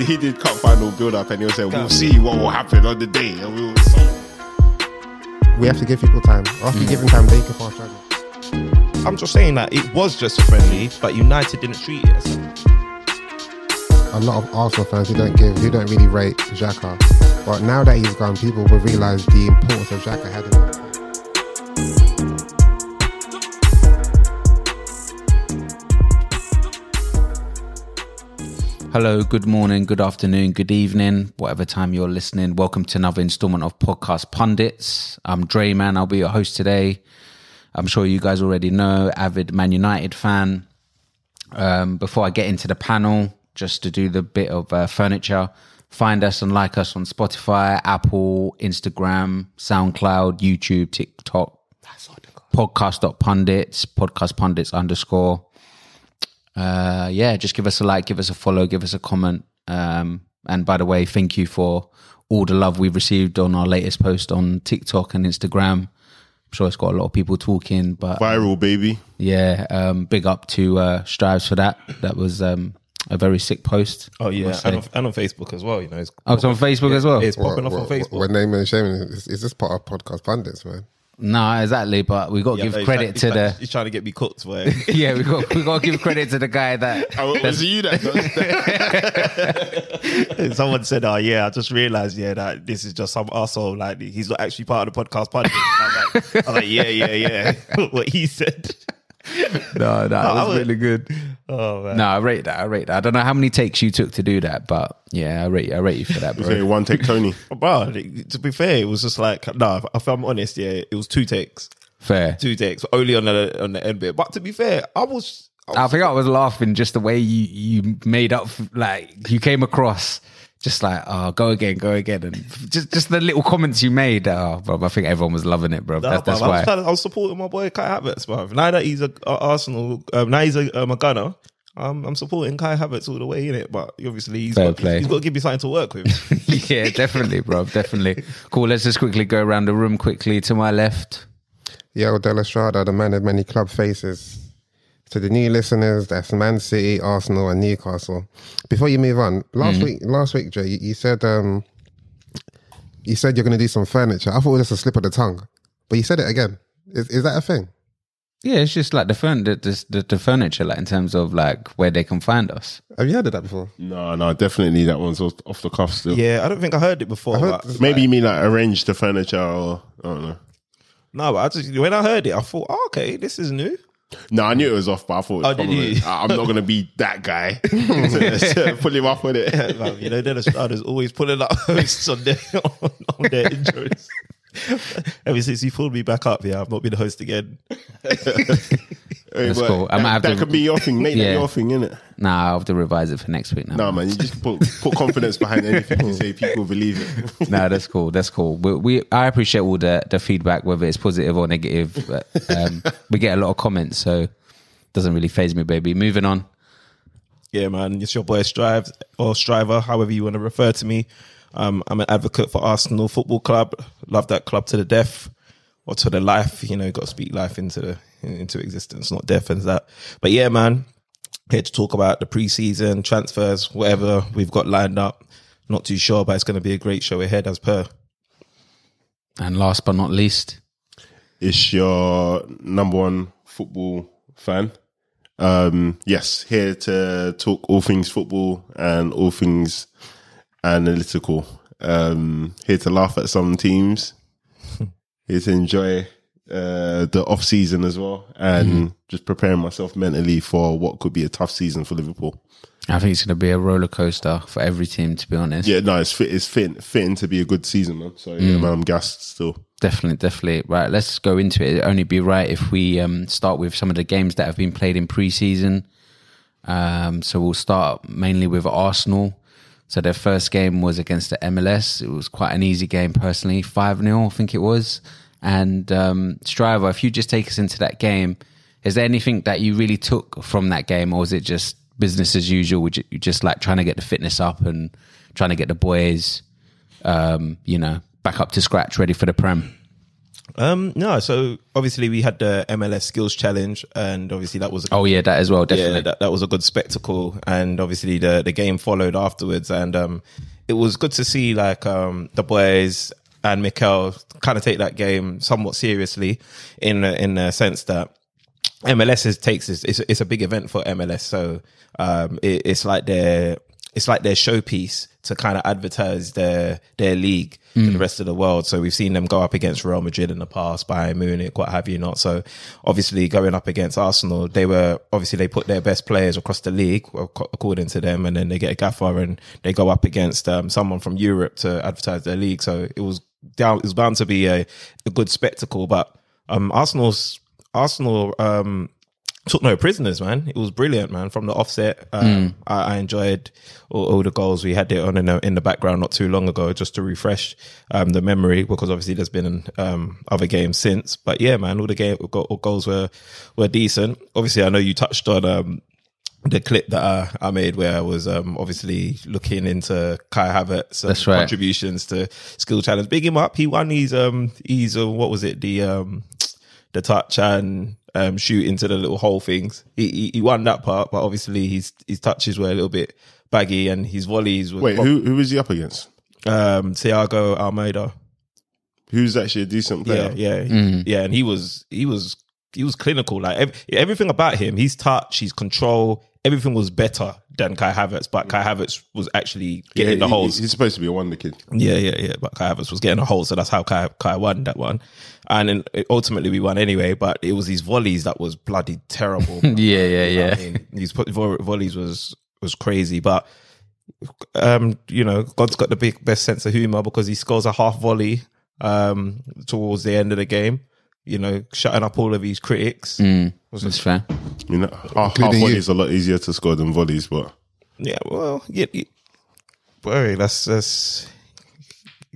he did cup final build up, and he'll say, "We'll see what will happen on the day." And we will. We have to give people time. After giving time, they can fast track. it. I'm just saying that it was just a friendly, but United didn't treat it. As such. A lot of Arsenal fans who don't give, who don't really rate Xhaka, but now that he's gone, people will realise the importance of Xhaka had. in it. Hello, good morning, good afternoon, good evening, whatever time you're listening. Welcome to another installment of Podcast Pundits. I'm Dre Man, I'll be your host today. I'm sure you guys already know, avid Man United fan. Um, before I get into the panel, just to do the bit of uh, furniture, find us and like us on Spotify, Apple, Instagram, SoundCloud, YouTube, TikTok, podcast.pundits, podcast pundits underscore uh, yeah, just give us a like, give us a follow, give us a comment. Um, and by the way, thank you for all the love we've received on our latest post on TikTok and Instagram. I'm sure it's got a lot of people talking, but Viral, baby. yeah, um, big up to uh, Strives for that. That was um, a very sick post. Oh yeah, must and on, say. and on Facebook as well. You know, it's, Oh, it's on Facebook as well. it's popping We're- off on we're- Facebook. We're naming and shaming. Is, is this part of podcast pundits, man? No, exactly. But we got to Yeah, give no, he's trying- credit to he's trying- the He's trying to get me cooked. Where yeah, we got we got to give credit to the guy that Oh, it was you that does that. someone said, "Oh yeah, I just realized yeah that this is just some asshole. Like he's not actually part of the podcast party." I, was like, I was like, "Yeah, yeah, yeah." what he said. no, that was really good. Oh man. No, I rate that. I rate that. I don't know how many takes you took to do that, but yeah, I rate you. I rate you for that, Say bro. one take, Tony. Bro, to be fair, it was just like no. If, if I'm honest, yeah, it was two takes, Fair. two takes, only on the on the end bit. But to be fair, I was, I was I think I was laughing just the way you you made up, like you came across, just like oh, go again, go again, and just just the little comments you made. Oh, bro, I think everyone was loving it, bro. Nah, that's that's bruv, I, was why. trying- I was supporting my boy Kai Havertz, bro. Now that he's a, a Arsenal, um, now he's a, um, a gunner. I'm, I'm supporting Kai Havertz all the way in it, but obviously he's Fair got, play. he's got to give me something to work with. yeah, definitely, bro. Definitely. Cool. Let's just quickly go around the room quickly to my left. Yo, De La Strada, the man of many club faces. To the new listeners, that's Man City, Arsenal, and Newcastle. Before you move on, last week, last week, Jay, you, you said um, you said you're going to do some furniture. I thought it was just a slip of the tongue, but you said it again. Is, is that a thing? Yeah, it's just like the furn the, the, the, the furniture, like in terms of like where they can find us. Have you heard of that before? No, no, definitely that one's off off the cuff still. yeah, I don't think I heard it before. heard- but- Maybe you mean like arrange the furniture or I don't know. no, but I just when I heard it, I thought, oh, okay, this is new. No, I knew it was off, but I thought it was Oh, did probably- you? I- I'm not gonna be that guy. to, to pull him up with it. Like, you know, Dennis Strada's always pulling up hosts on their on, on their intros. Ever since he pulled me back up, yeah, I've not been a host again. Hey, That's but cool. I that, might have that to- could be your thing, Nate. That'd Yeah. be your thing, innit? Nah, I'll have to revise it for next week now. No, man, you just put, put confidence behind anything you say. People believe it. no, that's cool. That's cool. We, we I appreciate all the the feedback, whether it's positive or negative. But, um, we get a lot of comments, so doesn't really phase me, baby. Moving on. Yeah, man, it's your boy Strive or Striver, however you want to refer to me. Um, I'm an advocate for Arsenal Football Club. Love that club to the death or to the life. You know, got to speak life into the into existence, not death and that. But yeah, man, here to talk about the preseason transfers, whatever we've got lined up. Not too sure, but it's going to be a great show ahead, as per. And last but not least, It's your number one football fan. Um, yes, here to talk all things football and all things analytical. Um, here to laugh at some teams. here to enjoy uh, the off season as well, and just preparing myself mentally for what could be a tough season for Liverpool. I think it's going to be a roller coaster for every team. To be honest, Yeah, no, it's fit. It's fit, fitting to be a good season, man. So yeah, man, I'm gassed still. definitely, definitely. Right, let's go into it. It'd only be right if we um, start with some of the games that have been played in preseason. Um, so we'll start mainly with Arsenal. So their first game was against the MLS. It was quite an easy game, personally, five 0 I think it was. And um, Striver, if you just take us into that game, is there anything that you really took from that game, or was it just business as usual? Would you you just like trying to get the fitness up and trying to get the boys, um, you know, back up to scratch, ready for the prem? Um, no, so obviously we had the MLS Skills Challenge, and obviously that was a Oh yeah, that as well, definitely. yeah, that, that was a good spectacle, and obviously the the game followed afterwards, and um, it was good to see like um, the boys and Mikel kind of take that game somewhat seriously, in a- in the sense that MLS is, takes is it's, it's a big event for MLS, so um, it, it's like their it's like their showpiece to kind of advertise their their league to the rest of the world. So we've seen them go up against Real Madrid in the past, Bayern Munich, what have you not. So obviously going up against Arsenal, they were obviously they put their best players across the league ac- according to them, and then they get a gaffer and they go up against um, someone from Europe to advertise their league. So it was down, it was bound to be a, a good spectacle, but um, Arsenal's Arsenal um, took no prisoners, man. It was brilliant, man. From the offset, um, Hmm. I, I enjoyed all, all the goals. We had it on in the, in the background not too long ago, just to refresh um, the memory, because obviously there's been um, other games since. But yeah, man, all the game go- all goals were were decent. Obviously, I know you touched on. Um, the clip that uh, I, I made where I was um, obviously looking into Kai Havertz and That's right. contributions to skill challenge. Big him up. He won his um he's uh, what was it the um the touch and um shoot into the little hole things. He, he he won that part, but obviously his his touches were a little bit baggy and his volleys were Wait, who who is he up against? um Thiago Almeida. Who's actually a decent Yeah, player? yeah, yeah. And he was he was he was clinical. Like ev- everything about him, his touch, his control, everything was better than Kai Havertz. But Kai Havertz was actually getting the he- holes. He's supposed to be a wonder kid. Yeah, yeah, yeah. But Kai Havertz was getting a hole, so that's how Kai, Kai won that one. And then uh, ultimately we won anyway, but it was his volleys that was bloody terrible. man. Yeah, yeah, You know what yeah. I mean? His vo- vo- volleys was was crazy, but um, you know, God's got the big best sense of humor because he scores a half volley um towards the end of the game. You know, shutting up all of his critics. Mm. That's fair. You know, half, half Including you. volleys are a lot easier to score than volleys, but Yeah, well, yeah, yeah. Bro, that's that's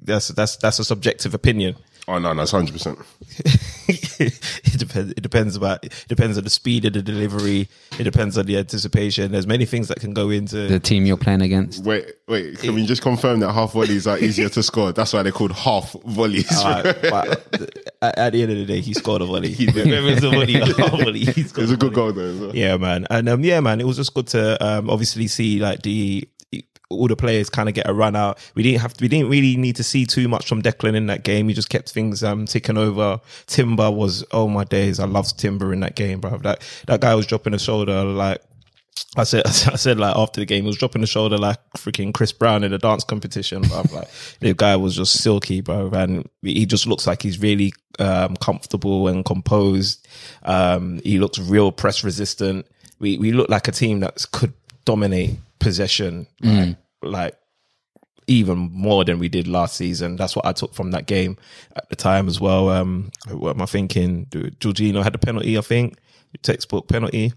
that's that's that's a subjective opinion. oh no, no, it's hundred percent. it depends. It depends about. It depends on the speed of the delivery. It depends on the anticipation. There's many things that can go into. The team you're playing against. Wait, wait, can we just confirm that half volleys are easier to score? That's why they're called half volleys. Alright, but at, at the end of the day, he scored a volley. He, whether it's a volley or not a volley, he scored It's a a volley. good goal though. as well. Yeah, man, and um, yeah, man, it was just good to um, obviously see like the all the players kind of get a run out. We didn't have to, we didn't really need to see too much from Declan in that game. He just kept things um ticking over. Timber was oh my days, I loved Timber in that game, bro. That that guy was dropping a shoulder like I said, I said, I said, like after the game, he was dropping the shoulder like freaking Chris Brown in a dance competition. But like, the guy was just silky, bro, and he just looks like he's really um, comfortable and composed. Um, he looks real press resistant. We we look like a team that could dominate possession, like, like even more than we did last season. That's what I took from that game at the time as well. Um, what am I thinking? Jorginho had a penalty, I think, textbook penalty.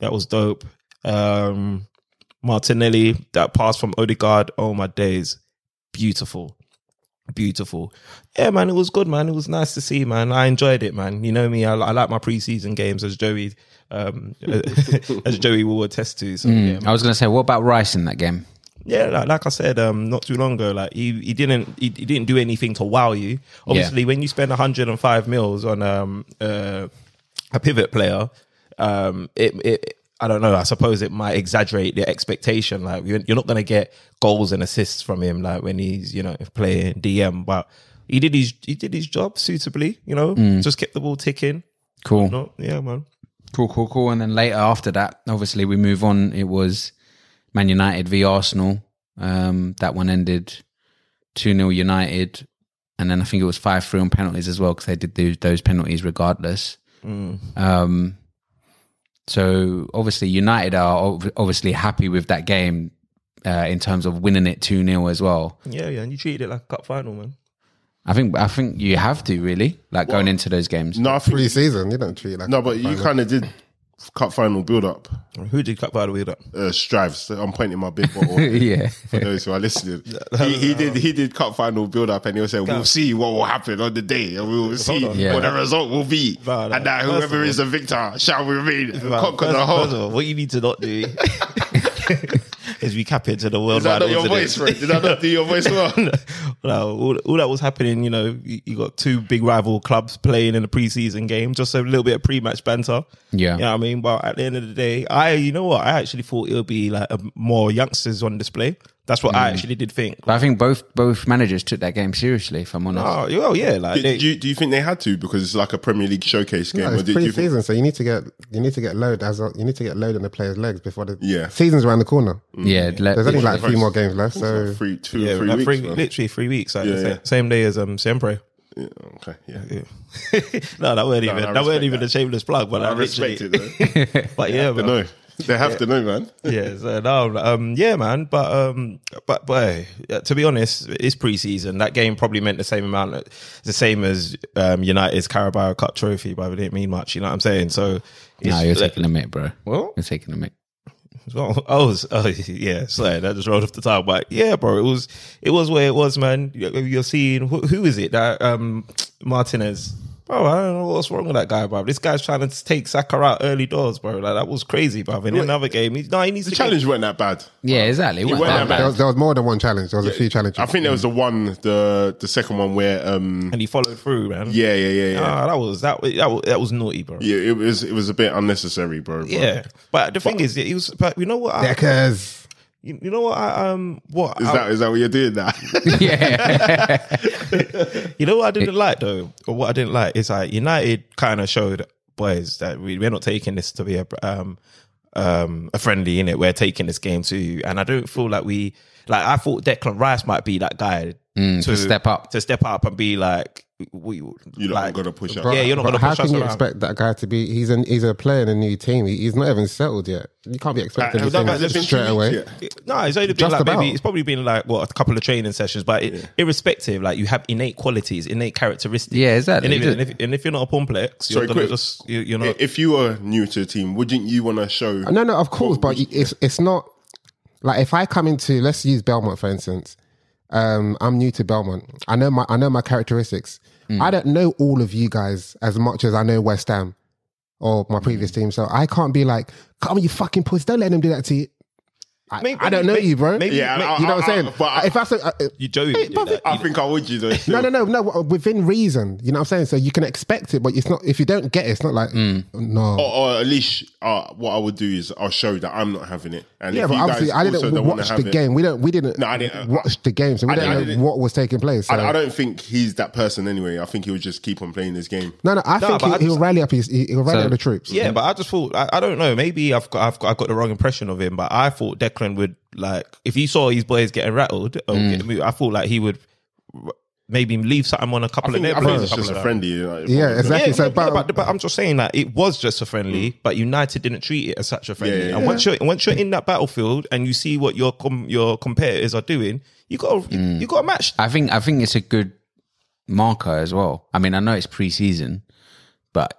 That was dope. Um, Martinelli, that pass from Odegaard. Oh my days, beautiful, beautiful. Yeah, man, it was good, man. It was nice to see, man. I enjoyed it, man. You know me, I, I like my preseason games, as Joey, um, as Joey will attest to. So yeah, I was gonna say, what about Rice in that game? yeah, like, like I said, um, not too long ago, like he, he didn't he, he didn't do anything to wow you. Obviously, when you spend 105 mils on um uh, a pivot player, um, it it I don't know. I suppose it might exaggerate the expectation. Like you're, you're not going to get goals and assists from him, like when he's you know playing DM. But he did his he did his job suitably. You know, just kept the ball ticking. Cool. No, yeah, man. Cool, cool, cool. And then later after that, obviously we move on. It was Man United v Arsenal. Um, that one ended 2 0 United. And then I think it was 5 3 on penalties as well because they did those, those penalties regardless. Mm. Um, so obviously, United are ob- obviously happy with that game uh, in terms of winning it 2 0 as well. Yeah, yeah. And you treated it like a cup final, man. I think I think you have to really like going into those games. No, I think, Pre season, you don't treat it like no, but you kind of did cup final build up. Who did cup final with that? Uh, strives. So I'm pointing my big bottle. Yeah, For those who are listening, he, he did he did cup final build up, and he'll say, "We'll see what will happen on the day, and we will see on. Yeah. what the result will be, Bro, like, and that first whoever of is the victor shall remain and Right, conquer first- the first of whole." all, what you need to not do is we cap it to the Is world. that wide not your voice, audience. bro? Did that not do your voice well? Well, all, all that was happening, you know, you, you got two big rival clubs playing in a preseason game, just a little bit of pre-match banter. Yeah. you know what I mean. But at the end of the day, I, you know what, I actually thought it would be like a, more youngsters on display. That's what I Mm. actually did think. But I think both both managers took that game seriously. If I'm honest, Oh, well, yeah, like Did, they- you, do you think they had to because it's like a Premier League showcase game? No, it's did you think, pre-season, so you need to get you need to get load as a, you need to get load on the players' legs before the Yeah. season's around the corner. yeah. let- There's only like a Christ. few more games left, It's like so three, two, yeah, or three like weeks. three- man. literally three weeks, like Yeah, the sa- yeah. same day as um Sempre. Yeah, okay, yeah. no, that weren't No, even I that weren't respect even that. a shameless plug, but I I respect literally, it. Though. but yeah, They but know. They have to know, man. yeah, so no, um, yeah, man. But um, but but hey, uh, to be honest, it's preseason. That game probably meant the same amount, the same as um, United's Carabao Cup trophy, but it didn't mean much. You know what I'm saying? So no, it's- you're taking a mic, bro. Well? You're taking a mic. well, I was, oh yeah, sorry, that just rolled off the tongue. But yeah, bro, it was, it was where it was, man. You- You're seeing who, who is it that um Martinez, bro? I don't know what's wrong with that guy, bro. This guy's trying to take Saka out early doors, bro. Like that was crazy, bro. In another game, he, no, he needs The to challenge weren't that bad. Yeah, exactly. It wasn't wasn't that that there bad. was, there was more than one challenge. There was a few challenges. I think there was the one, the the second one where, um, and he followed through, man. yeah, yeah, yeah, yeah. Ah, that was that was- that was, that was naughty, bro. Yeah, yeah, it was it was a bit unnecessary, bro. Yeah, but the thing is, it was. But you know what? I, Deckers. you you know what? I, um, what? Is I- that is that what you're doing now? yeah, you know what I didn't like though, or what I didn't like is like United kind of showed boys that we, we're not taking this to be a um um a friendly in it. We're taking this game to, and I don't feel like we like. I thought Declan Rice might be that guy Mm, to step up. to step up and be like we you You're not like. gonna push up. yeah, you're not But gonna how push can us you around. expect that guy to be? He's an he's a player in a new team. He, he's not even settled yet. You can't be expecting Have him that to been two straight weeks away. yet? No, it's only been Just like about. maybe it's probably been like what a couple of training sessions, but it, irrespective, like you have innate qualities, innate characteristics. Yeah, exactly. And if, You and if, and if you're not a complex, you're Sorry, gonna quick. just you, you're not. If you were new to the team, wouldn't you want to show? No, no, of course, but it's it's not like if I come into let's use Belmont for instance. Um, I'm new to Belmont. I know my I know my characteristics. I don't know all of you guys as much as I know West Ham or my previous team, so I can't be like, "Come on, you fucking puss! Don't let them do that to you." I, Maybe- I don't know maybe- you, bro. maybe- Yeah, maybe- I- you know what I'm I- I- saying? but I- if I say, uh, uh, you Joey Hey, did but- that. I think I would. You know, no, no, no, no, within reason, you know what I'm saying. So you can expect it, but it's not if you don't get it, it's not like no. Or, or at least uh, what I would do is I'll show that I'm not having it. And Yeah, if but you obviously, guys I also didn't don't wanna watch have the it- game. We don't. We didn't. No, I didn't- uh, watch the game, so we I don't didn't- I know didn't- what was taking place. So. I, I don't think he's that person anyway. I think he would just keep on playing this game. no, no, I No, think but he, I just- he'll rally up. His, he- he'll rally So- up the troops. Yeah, but I just thought I, I don't know. Maybe I've got, I've got I've got the wrong impression of him. But I thought Declan would like if he saw his boys getting rattled. Or Mm. getting moved, I thought like he would r- maybe leave something on a I couple think, of I their think players. it's a couple just of a them. friendly. Like, Yeah, exactly. Yeah, so, but, but, but, but I'm just saying that it was just a friendly, but United didn't treat it as such a friendly. Yeah, yeah, and yeah. once you're once you're in that battlefield and you see what your com, your competitors are doing, you got to you got a match. I think I think it's a good marker as well. I mean, I know it's pre-season, but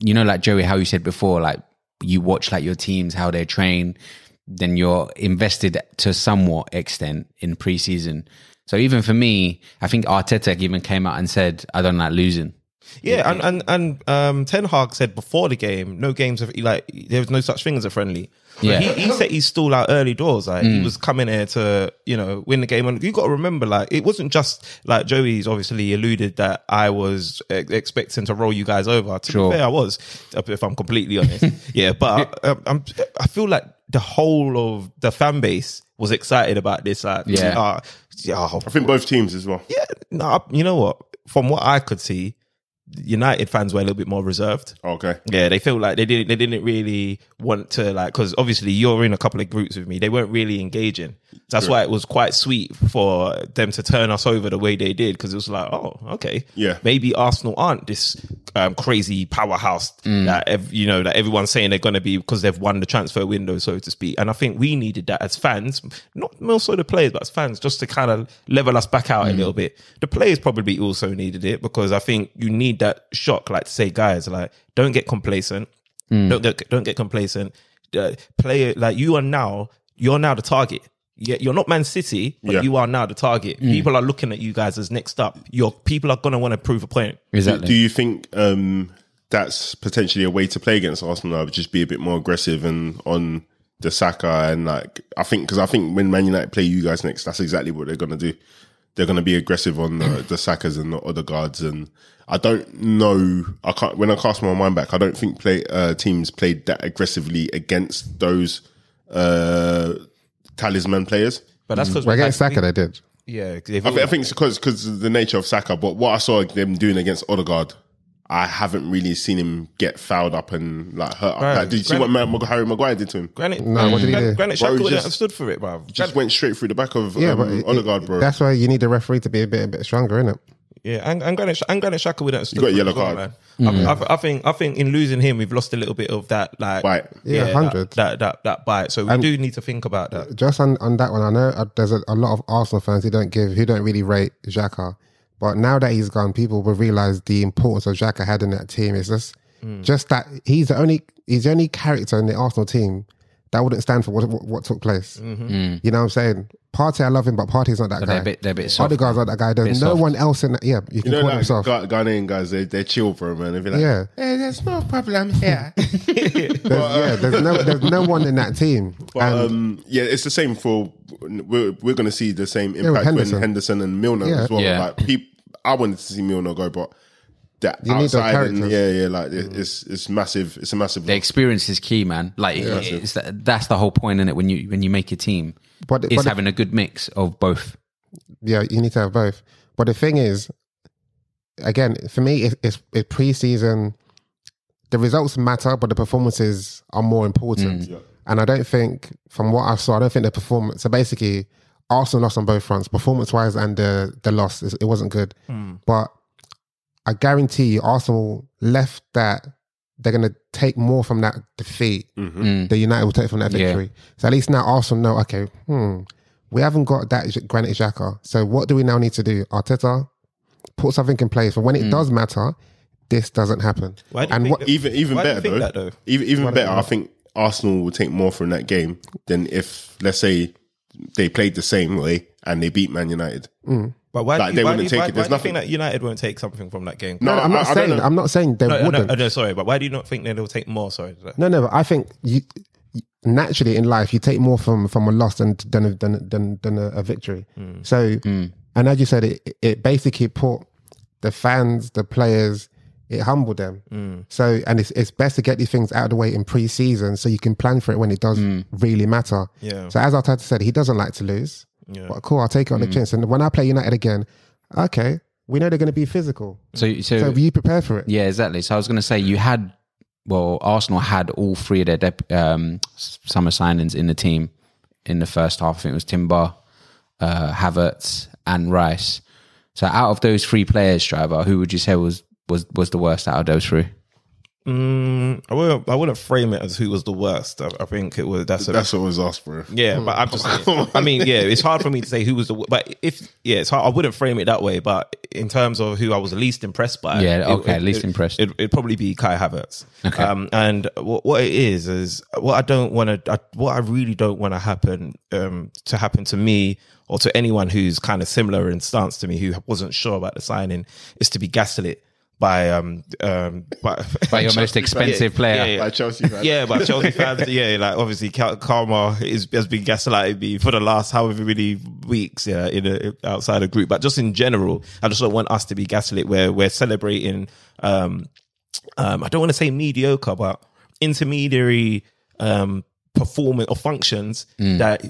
you know, like Joey, how you said before, like you watch like your teams how they train, then you're invested to somewhat extent in pre-season. So even for me, I think Arteta even came out and said, "I don't like losing." Yeah, and and and um, Ten Hag said before the game, no games of like there was no such thing as a friendly. Yeah. Yeah, he, he said he stole out early doors. Like he was coming here to you know win the game, and you got to remember, like it wasn't just like Joey's obviously alluded that I was ex- expecting to roll you guys over. To Sure. be fair, I was, if I'm completely honest. yeah, but um, I'm I feel like the whole of the fan base was excited about this. Like Yeah. uh, yeah, I think both teams as well. yeah, no, I- you know what? From what I could see, United fans were a little bit more reserved. Okay. Yeah, they feel like they didn't they didn't really want to like because obviously you're in a couple of groups with me. They weren't really engaging. That's why it was quite sweet for them to turn us over the way they did because it was like, oh, okay, Yeah. maybe Arsenal aren't this um, crazy powerhouse that ev- you know that everyone's saying they're going to be because they've won the transfer window, so to speak. And I think we needed that as fans, not more so the players, but as fans, just to kind of level us back out a little bit. The players probably also needed it because I think you need that shock, like to say, guys, like don't get complacent, Hmm. don't get don't get complacent. Uh, player, like you are now, you're now the target. Yeah, you're not Man City, but Yeah. you are now the target. Hmm. People are looking at you guys as next up. Your people are gonna want to prove a point. Do, Exactly. do you think um, that's potentially a way to play against Arsenal? Now, just be a bit more aggressive and on the Saka and like I think because I think when Man United play you guys next, that's exactly what they're gonna do. They're gonna be aggressive on the, the Sakas and the other guards, and I don't know. I can't when I cast my mind back. I don't think play uh, teams played that aggressively against those uh, talisman players. But that's because But against Saka, they did. Yeah, I, thi- I think it's because because the nature of Saka. But what I saw them doing against Odegaard, I haven't really seen him get fouled up and like hurt. Up. Right. Like, did you see what Ma- Ma- Harry Maguire did to him? Granite. No, what did he Gran- do? Granite Bro, Shaq wouldn't just- have stood for it, bro. Just went straight through the back of Yeah, um, but it- Odegaard, it- bro. That's why you need the referee to be a bit a bit stronger, innit? Yeah, and, and Granit Sh- and Granit Xhaka wouldn't have stood got a for it yellow as well, card. man. Hmm. I, I, I think I think in losing him, we've lost a little bit of that like Bite. Yeah, that- 100. that, that that bite. So we do need to think about that. Just on, on that one, I know uh, there's a, a lot of Arsenal fans who don't give, who don't really rate Xhaka. But now that he's gone, people will realize the importance of Xhaka had in that team. It's just, just that he's the only he's the only character in the Arsenal team that wouldn't stand for what what, what took place. You know what I'm saying? Party, I love him, but Party's not that guy. Hmm. they're a bit- they're a bit soft. Other guys are that guy. There's Bit no soft. one else in that. Yeah, you You can know, call like himself. Gha- Ghanaian guys, they they chill, bro, man. They be like, Yeah. hey, there's no problem here. There's, yeah, there's no there's no one in that team. But, and um, yeah, it's the same for we're we're going to see the same with impact Henderson. when Henderson and Milner Yeah. as well. Yeah. Like peop I wanted to see Milner go, but that You need those outside, and, characters. Mm. yeah, yeah, like it, it's it's massive. It's a massive. The experience is key, man. Like it- it's that, that's the whole point in it. When you when you make a team, But- it's but- having a good mix of both. yeah, you need to have both. But the thing is, again, for me, it, it's it's preseason. The results matter, but the performances are more important. And I don't think, from what I saw, I don't think the performance. So basically, Arsenal lost on both fronts, performance wise, and the the loss. It wasn't good. But I guarantee you, Arsenal left that they're going to take more from that defeat than United will take from that Yeah. victory. So at least now Arsenal know, okay, hmm, we haven't got that J- Granit Xhaka. So what do we now need to do? Arteta, put something in place for when Mm. it does matter, this doesn't happen. Why do you and think what? that- even even Why do you better think though, that, though? Even even better, I think Arsenal will take more from that game than if let's say they played the same way and they beat Man United. But why? Like, do they you, why, do wouldn't you- take why, it. why There's do you nothing- think that United won't take something from that game? No, I'm not I- I don't saying. know. I'm not saying they no, no, wouldn't. no, no, sorry, but why do you not think that they'll take more? Sorry, No, no, but I think you, you- naturally in life you take more from from a loss than than a- than a- than, than a, a victory. So, Mm. and as you said, it it basically put the fans, the players, it humbled them. So, and it's it's best to get these things out of the way in pre-season so you can plan for it when it does Mm. really matter. Yeah. So, as Arteta said, he doesn't like to lose. But cool, I'll take it Mm. on the chance. And when I play United again, okay, we know they're going to be physical. So so, So, you prepare for it. yeah, exactly. So I was going to say you had well, Arsenal had all three of their dep- um, s- summer signings in the team in the first half. I think it was Timber, uh, Havertz, and Rice. So out of those three players, driver, who would you say was was was the worst out of those three? Mm, I wouldn't. I wouldn't frame it as who was the worst. I, I think it was. That's a, That's what I was asked for. Hmm. Yeah, but I'm just. saying- I mean, yeah, it's hard for me to say who was the. But if yeah, it's hard. I wouldn't frame it that way. But in terms of who I was least impressed by, Yeah, it- okay, it- least it- impressed. It, it'd probably be Kai Havertz. Okay. Um, and what, what it is is what I don't want to. What I really don't want to happen um, to happen to me or to anyone who's kind of similar in stance to me who wasn't sure about the signing is to be gaslit by um um by, By your most expensive player. Yeah, yeah. Like Chelsea fans. Yeah, but Chelsea fans, yeah, like obviously Cal- Karma is, has been gaslighting me for the last however many weeks, yeah, in a, outside a group. But just in general, I just don't want us to be gaslit where we're celebrating. Um, um, I don't want to say mediocre, but intermediary um, performance or functions Mm. that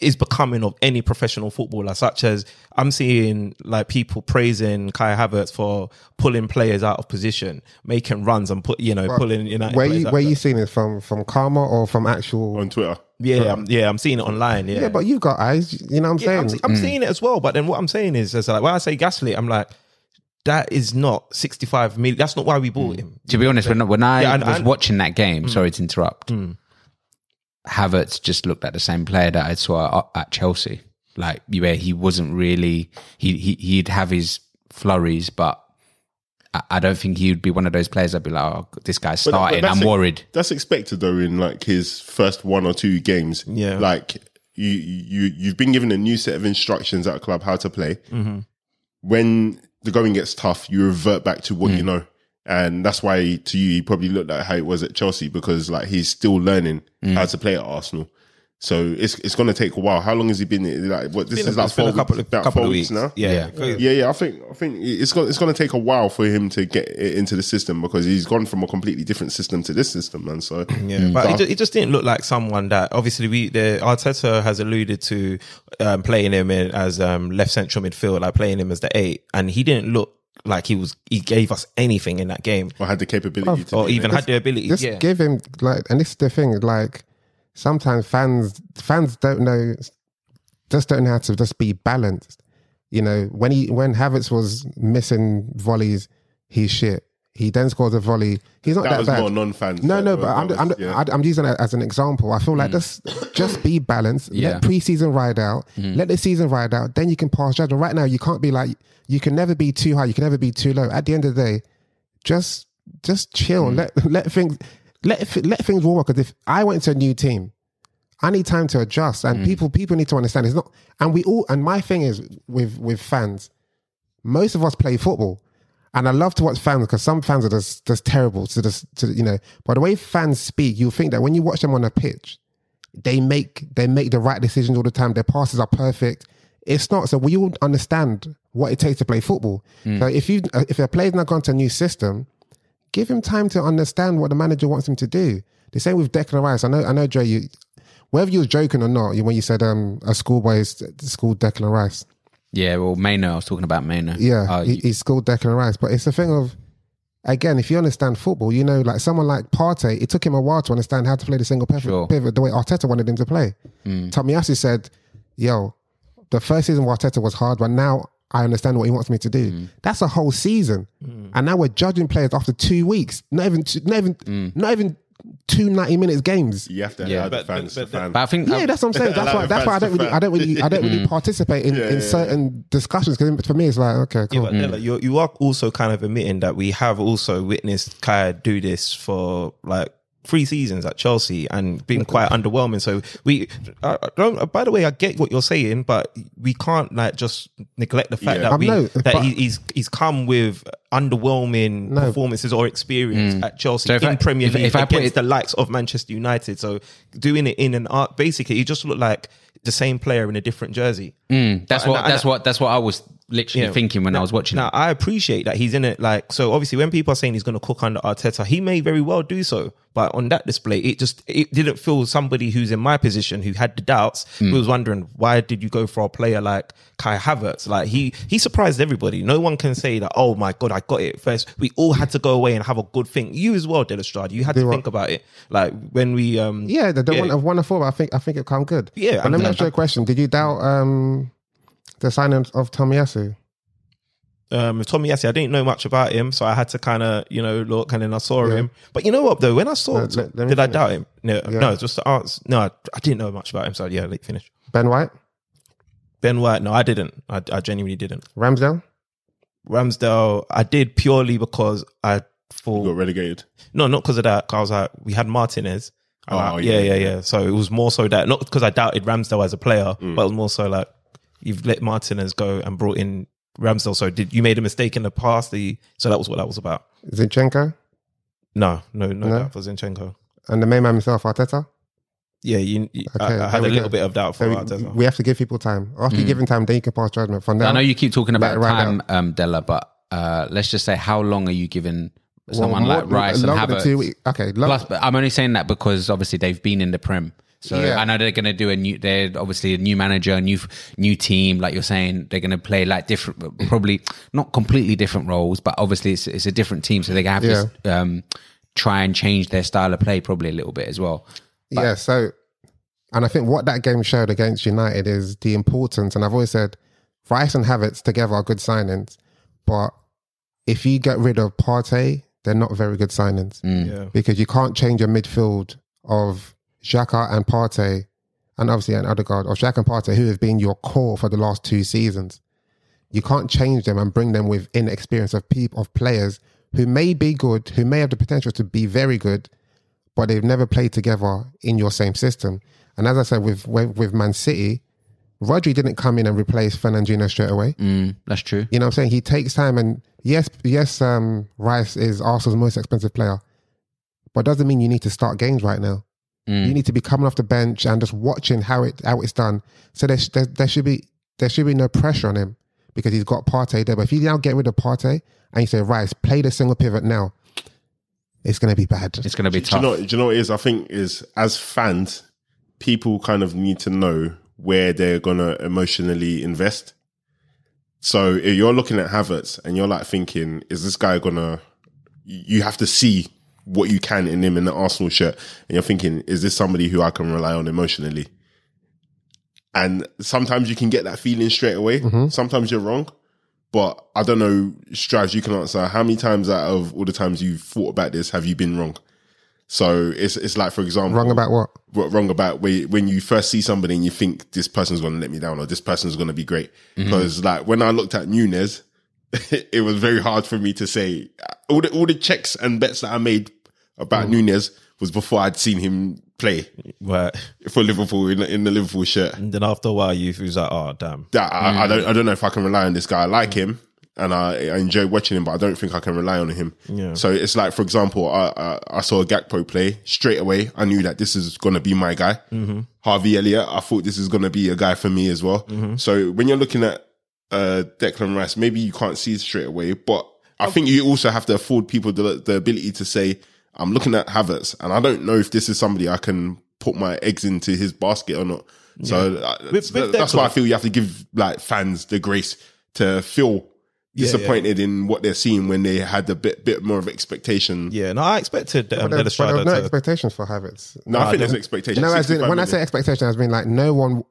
is becoming of any professional footballer, such as I'm seeing like people praising Kai Havertz for pulling players out of position, making runs and put you know pulling United Where players you out where of- you seen it from from karma or from actual? on Twitter. yeah, I'm, yeah, I'm seeing it online. Yeah, Yeah, but you've got eyes. You know what I'm Yeah, I'm, saying? Mm. I'm seeing it as well. But then what I'm saying is, is like when I say gaslit, I'm like, that is not 65 million. That's not why we Mm. bought him. To be honest, when, when I Yeah, and- was and- Hmm. watching that game, sorry to interrupt, Havertz just looked at the same player that I saw at, at Chelsea. Like where he wasn't really he, he he'd have his flurries, but I, I don't think he'd be one of those players. I'd be like, oh, this guy's But- but starting. that's I'm ex- worried. That's expected though in like his first one or two games. Yeah. Like you you you've been given a new set of instructions at a Mm-hmm. Mm. club how to play. When the going gets tough, you revert back to what you know. And that's why to you, he probably looked at how it was at Chelsea because like he's still learning Mm. how to play at Arsenal. So it's it's gonna take a while. How long has he been there? like? What this It's is been like four a couple weeks- of, about couple four of weeks weeks now. Yeah, yeah. Yeah, yeah. I think I think it's going it's going to take a while for him to get i- into the system because he's gone from a completely different system to this system, man. So Yeah, but it just, it just didn't look like someone that obviously we the Arteta has alluded to um, playing him in, as um, left central midfield, like playing him as the eight, and he didn't look like he was he gave us anything in that game, I had the capability to or do even that. had the ability. Just yeah, give him like, and this is the thing. Like sometimes fans fans don't know, just don't know how to just be balanced. You know, when he when Havertz was missing volleys, he's shit. He then scores a volley. He's not that, that, was bad. more non-fans. No, that no, was- but that I'm, was- I'm, yeah. I'd- I'm using that as an example. I feel like just just be balanced. Yeah. Let preseason ride out. Let the season ride out. Then you can pass judgment. Right now, you can't be like you can never be too high. You can never be too low. At the end of the day, just just chill. Let let things let let things warm up. Because if I went to a new team, I need time to adjust, and people people need to understand it's not. And we all and my thing is with with fans, most of us play football, and I love to watch fans because some fans are just just terrible to just to you know. By the way fans speak, you'll think that when you watch them on a pitch, they make they make the right decisions all the time. Their passes are perfect. It's not so we all understand what it takes to play football. So if you if a player's not gone to a new system, give him time to understand what the manager wants him to do. The same with Declan Rice. I know, I know, Joe. You, whether you were joking or not, you, when you said um, a schoolboy s- schooled Declan Rice, Yeah, well, Maino, I was talking about Maino. yeah, Uh, he, he schooled Declan Rice. But it's a thing of, again, if you understand football, you know, like someone like Partey, it took him a while to understand how to play the single pivot, Sure. Mm. pivot the way Arteta wanted him to play. Tomiyasu said, "Yo, the first season with Arteta was hard, but now." I understand what he wants me to do. Mm. That's a whole season, Mm. and now we're judging players after two weeks. Not even, two, not even, Mm. not even two 90 minutes games. You have to Yeah. allow the But- fans to but- but- fan. but I think um, Yeah, that's what I'm saying. That's why. Allowing That's why I fans don't to really, I don't really, I don't really Mm. participate in, in yeah, yeah. certain discussions because for me it's like, okay, Yeah, cool. Mm. but Della, you you are also kind of admitting that we have also witnessed Kai do this for like three seasons at Chelsea and been quite underwhelming. So we, I I don't. uh, By the way, I get what you're saying, but we can't like just neglect the fact Yeah. that Um, we no, that but- he, he's he's come with underwhelming No. performances or experience at Chelsea Mm. So if in I- Premier if- League if I put against it- the likes of Manchester United. So doing it in an art, basically, he just looked like the same player in a different jersey. that's And what I- that's what that's what I was literally Yeah. thinking when I was watching. Now it. I appreciate that he's in it. Like so, obviously, when people are saying he's going to cook under Arteta, he may very well do so. But on that display, it just it didn't feel somebody who's in my position who had the doubts who Mm. was wondering why did you go for a player like Kai Havertz? Like he he surprised everybody. No one can say that. Oh my god, I got it first. We all had to go away and have a good thing. You as well, Delestrade. You had to what? think about it. Like when we um yeah, the, the Yeah. one of one of four. but I think I think it come good. Yeah, but let I'm- me ask you a question. Did you doubt um, the signing of Tomiyasu? um, with Tommy Yassi, I didn't know much about him, so I had to kind of, you know, look, and then I saw him. But you know what, though, when I saw, let- let me did I finish. doubt him? No, Yeah. no, just to answer, no, I, I didn't know much about him. So yeah, let finish. Ben White, Ben White, no, I didn't. I, I genuinely didn't. Ramsdale. Ramsdale, I did purely because I We thought got relegated. no, not because of that. 'cause I was like, we had Martinez. And Oh, I, yeah, yeah, yeah, yeah, So it was more so that not because I doubted Ramsdale as a player, Mm. but it was more so like you've let Martinez go and brought in Ramsdale. So did you made a mistake in the past? The, so that was what that was about. Zinchenko, No, no, no, No? doubt for Zinchenko. and the main man himself, Arteta. Yeah, you, you- I- Okay, I, there had we a little go. bit of doubt for So we, Oh, Arteta. Mm. we have to give people time. After you give them time, then you can pass judgment. For now, I know you keep talking about Like, right time, um, Della, but uh, let's just say how long are you giving someone more- like Rice and longer than Havertz? two weeks. Okay, lo- Plus, but I'm only saying that because obviously they've been in the Prem. So Yeah. I know they're going to do a new. They're obviously a new manager, a new new team. Like you're saying, they're going to play like different, probably not completely different roles, but obviously it's it's a different team, so they're going to have to um, try and change their style of play probably a little bit as well. yeah, so and I think what that game showed against United is the importance, and I've always said Rice and Havertz together are good signings, but if you get rid of Partey, they're not very good signings Mm. Yeah. because you can't change a midfield of Xhaka and Partey, and obviously an Odegaard or Xhaka and Partey, who have been your core for the last two seasons. You can't change them and bring them with inexperience of people of players who may be good, who may have the potential to be very good, but they've never played together in your same system. And as I said, with with, with Man City, Rodri didn't come in and replace Fernandinho straight away. Mm, that's true. You know what I'm saying? He takes time and yes, yes, um, Rice is Arsenal's most expensive player. But doesn't mean you need to start games right now. Mm. You need to be coming off the bench and just watching how it how it's done. So there, sh- there, there should be there should be no pressure on him because he's got Partey there. But if you now get rid of Partey and you say Rice, play the single pivot now, it's going to be bad. It's going to be Do tough. you know? Do you know what it is? I think is as fans, people kind of need to know where they're gonna emotionally invest. So if you're looking at Havertz and you're like thinking, is this guy gonna? You have to see what you can in him in the Arsenal shirt, and you're thinking, is this somebody who I can rely on emotionally? And sometimes you can get that feeling straight away. Mm-hmm. Sometimes you're wrong. But I don't know, Strives, you can answer. How many times out of all the times you've thought about this have you been wrong? So it's it's like, for example, Wrong about what? wr- wrong about where, when you first see somebody and you think this person's going to let me down or this person's going to be great. Because like when I looked at Nunes, it was very hard for me to say all the all the checks and bets that I made about Nunes was before I'd seen him play Right. for Liverpool in, the- in the Liverpool shirt. And then after a while, you was like, oh damn. That I, I don't I don't know if I can rely on this guy. I Mm. like him and I, I enjoy watching him, but I don't think I can rely on him. Yeah. So it's like, for example, I, I I saw Gakpo play straight away. I knew that this is gonna be my guy. Mm-hmm. Harvey Elliott. I thought this is gonna be a guy for me as well. Mm-hmm. So when you're looking at uh, Declan Rice, maybe you can't see it straight away, but Oh. I think you also have to afford people the, the ability to say, I'm looking at Havertz and I don't know if this is somebody I can put my eggs into his basket or not. So uh, With- with that's Declan- why I feel you have to give like fans the grace to feel disappointed in what they're seeing when they had a bit bit more of expectation. Yeah. No, I expected um, But there, Del but there was Estrada no to. expectations for Havertz. No, I think there's an expectation. No, as in, 65 when I million. say expectation, has been like no one.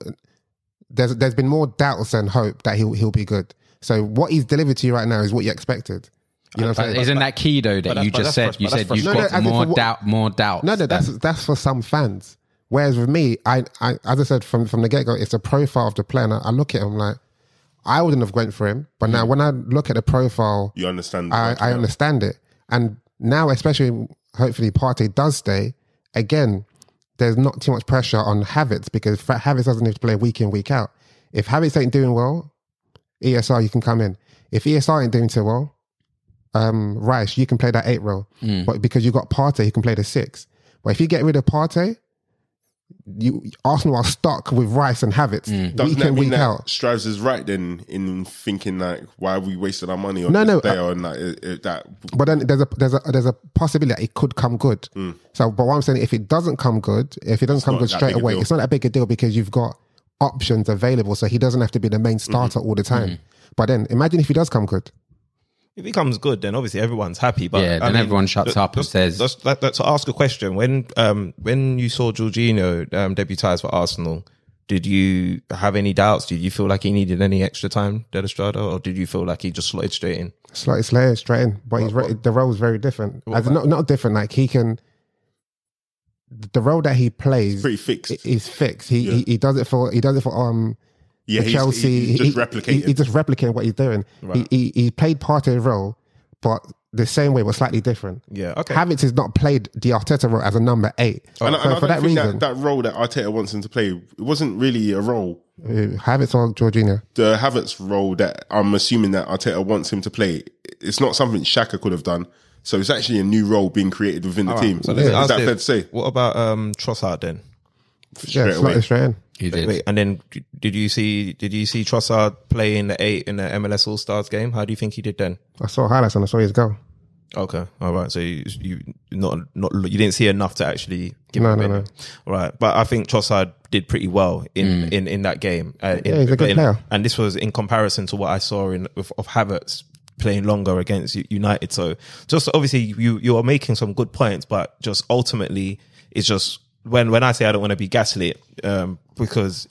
There's there's been more doubts than hope that he'll he'll be good. So what he's delivered to you right now is what you expected. You know what I'm But saying? isn't that key though that that's- you but just that's frust- said? You but that's said you've frust- No, no, got as in more for what- doubt, more doubts. No, no, that's that's for some fans. Whereas with me, I, I as I said from from the get go, it's a profile of the player. And I, I look at him like I wouldn't have went for him, but now when I look at the profile, you understand. I, I understand it. And now, especially hopefully, Partey does stay. Again, there's not too much pressure on Havertz because Fra- Havertz doesn't need to play week in week out. If Havertz ain't doing well, ESR you can come in. If ESR ain't doing too well, um, Rice you can play that eight role, but because you got Partey, you can play the six. But if you get rid of Partey, you Arsenal are stuck with Rice and Havertz Doesn't week that in mean week that out. Strives is right then in thinking like why we wasted our money on No, this no, player and like it, it- that But then there's a there's a there's a possibility that it could come good. So, but what I'm saying, if it doesn't come good, if it doesn't come Hmm. not good that straight big a away, deal. it's not that big a deal because you've got options available. So he doesn't have to be the Mm-hmm. main starter all the time. But then imagine if he does come good. If he comes good, then obviously everyone's happy. But Yeah, then everyone shuts th- up and th- says- that's- that- that- "To ask a question, when um, when you saw Jorginho um, deputise for Arsenal, did you have any doubts? Did you feel like he needed any extra time, Del Estrada, or did you feel like he just slotted straight in? It's like it's layered straight in, but he's re- the role's very different. As in, not not different. Like he can, the role that he plays pretty fixed. i- is fixed. He, he he does it for he does it for um yeah, for he's, Chelsea. he's he- just He, replicating. he just replicating what he's doing. He, he he played part of the role, but the same way, but slightly different. Yeah, okay. Havertz has not played the Arteta role as a number eight. Oh, and I- so and I for don't that think reason, that, that role that Arteta wants him to play, it wasn't really a role uh, Havertz or Jorginho. the Havertz role that I'm assuming that Arteta wants him to play, it's not something Shaka could have done. So it's actually a new role being created within the team. So let's Is ask that if- fair to say? What about um, Trossard then? Straight Yeah, it's not away. straight in. you did. Wait, and then d- did you see did you see Trossard play in the eight in the MLS All Stars game? How do you think he did then? I saw highlights and I saw his goal. Okay, all right. So you, you not not you didn't see enough to actually give No, him no, in. no. All right, but I think Trossard did pretty well in in, in that game. Uh, in, Yeah, he's a good in- player. and this was in comparison to what I saw in of, of Havertz playing longer against U- United. So just obviously you you are making some good points, but just ultimately it's just when when I say I don't want to be gaslit um, because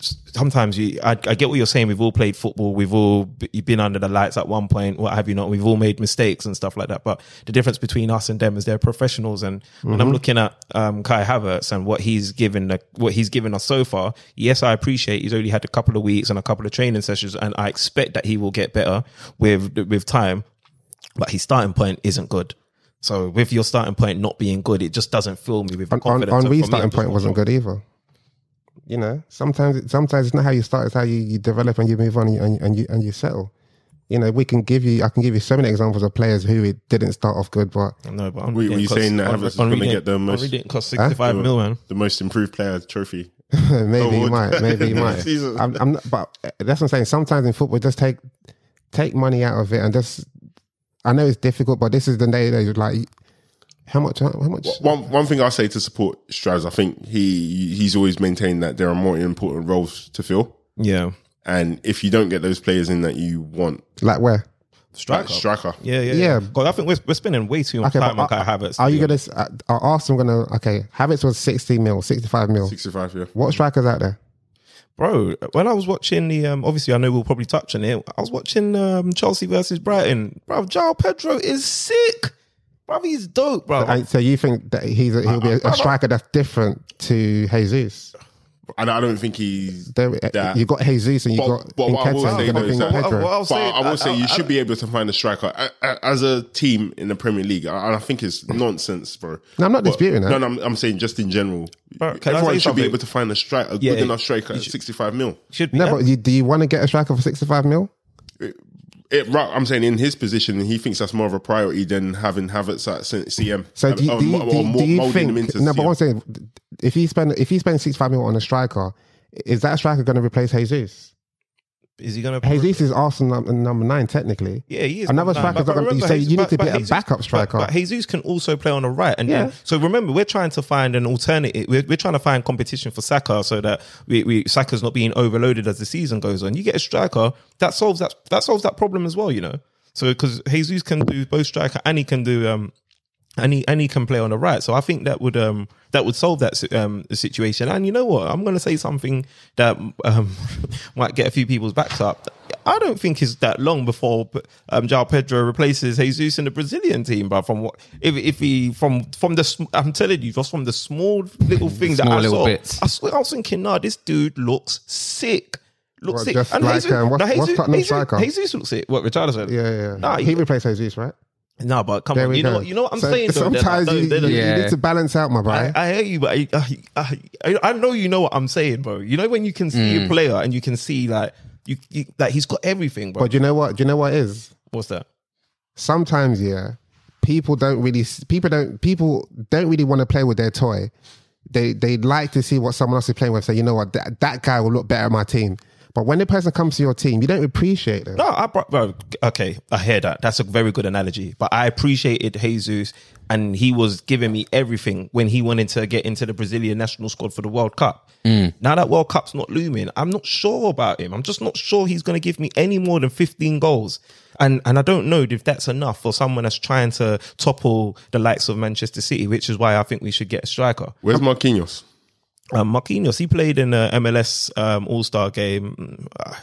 sometimes you I, I get what you're saying we've all played football we've all b- you've been under the lights at one point what have you not we've all made mistakes and stuff like that but the difference between us and them is they're professionals and when Mm-hmm. i'm looking at um kai havertz and what he's given the, what he's given us so far yes i appreciate he's only had a couple of weeks and a couple of training sessions and i expect that he will get better with with time but his starting point isn't good so with your starting point not being good it just doesn't fill me with the On, on, confidence So for me, Ree's starting I'm just point not wasn't sure. good either. you know, sometimes it- sometimes it's not how you start; it's how you, you develop and you move on and, you- and you and you settle. You know, we can give you. I can give you so many examples of players who it didn't start off good, but No, but Wait, were you saying that Havertz is gonna get the most- Henri didn't cost sixty-five mil, man. The most improved player trophy. maybe you Award. might, maybe you might. Season. I'm, I'm not, but that's what I'm saying. Sometimes in football, just take take money out of it and just. I know it's difficult, but this is the day that like, how much? How much? One one thing I say to support Strauss, I think he he's always maintained that there are more important roles to fill, Yeah, and if you don't get those players in that you want, Like where? like striker. striker, yeah, yeah, Yeah. yeah. God, I think we're, we're spending way too much Okay, time on but Kai are, Havertz. are you gonna? s- uh, Are Arsenal gonna? Okay, Havertz was sixty mil, sixty-five mil. sixty-five. Yeah, What strikers out there? bro? When I was watching the, um, obviously I know we'll probably touch on it. I was watching um, Chelsea versus Brighton, bro. Joao Pedro is sick, bro. He's dope, bro. And so you think that he's a, he'll be a, a striker that's different to Jesus? and I don't think he's. There, That- you got Jesus and you But, got but what I will Nketiah, say you got though is Pedro. that, Pedro. What I will but say- I will say I- you I- should be able to find a striker A- a- as a team in the Premier League, and I think it's nonsense, bro. No, I'm not disputing that. No, no, I'm, I'm saying just in general, Bro, can I everyone say should something? be able to find a striker, a Yeah, good enough striker at sixty-five mil. Should be No, yeah. but you, do you want to get a striker for sixty-five mil? It, right, I'm saying in his position, he thinks that's more of a priority than having Havertz at C- CM. So do, you- Or do, you- mo- do, or you- mo- do you moulding him think? into No, but CM. I'm saying if you spend if you spend sixty-five mil on a striker, is that striker going to replace Jesus? is he gonna? Jesus is Arsenal num- number nine technically. Yeah, he is. number Another nine. But- striker's not but gonna- you remember, say Jesus- you need to but- be but a Jesus- backup but- striker. But, Jesus can also play on the right, and Yeah. yeah. so remember, we're trying to find an alternative. We're, we're trying to find competition for Saka, so that we, we Saka's not being overloaded as the season goes on. You get a striker that solves that that solves that problem as well, you know. So because Jesus can do both striker and he can do um and he and he can play on the right. So I think that would um that would solve that si- um situation. And you know what? I'm going to say something that um might get a few people's backs up. I don't think it's that long before um João Pedro replaces Jesus in the Brazilian team, but from what if if he from from the sm- I'm telling you just from the small little thing Mm, Small that I little saw, bits. I, saw- I was thinking, nah, this dude looks sick. Looks Well, sick. just like, um, what's- what's Tottenham's striker? Jesus, Jesus looks sick. What Richardson? Yeah, yeah. yeah. Nah, he replaced Jesus, right? No, but come There on, we you go. know what you know what I'm So saying. though, they're Sometimes like- you, they're like- you- you Yeah. need to balance out, my boy. I, I hear you, but I, I, I, I know you know what I'm saying, bro. You know when you can see Mm. a player and you can see like you, you like he's got everything, bro. But do you know what? Do you know what it is? What's that? Sometimes, yeah, people don't really people don't people don't really want to play with their toy. They they like to see what someone else is playing with. Say, you know what, that, that guy will look better at my team. But when the person comes to your team, you don't appreciate them. No, I bro, bro, okay, I hear that. That's a very good analogy. But I appreciated Jesus, and he was giving me everything when he wanted to get into the Brazilian national squad for the World Cup. Now that World Cup's not looming, I'm not sure about him. I'm just not sure he's going to give me any more than 15 goals. And and I don't know if that's enough for someone that's trying to topple the likes of Manchester City, which is why I think we should get a striker. Where's Marquinhos? Um, Marquinhos, he played in the MLS um, All Star game. I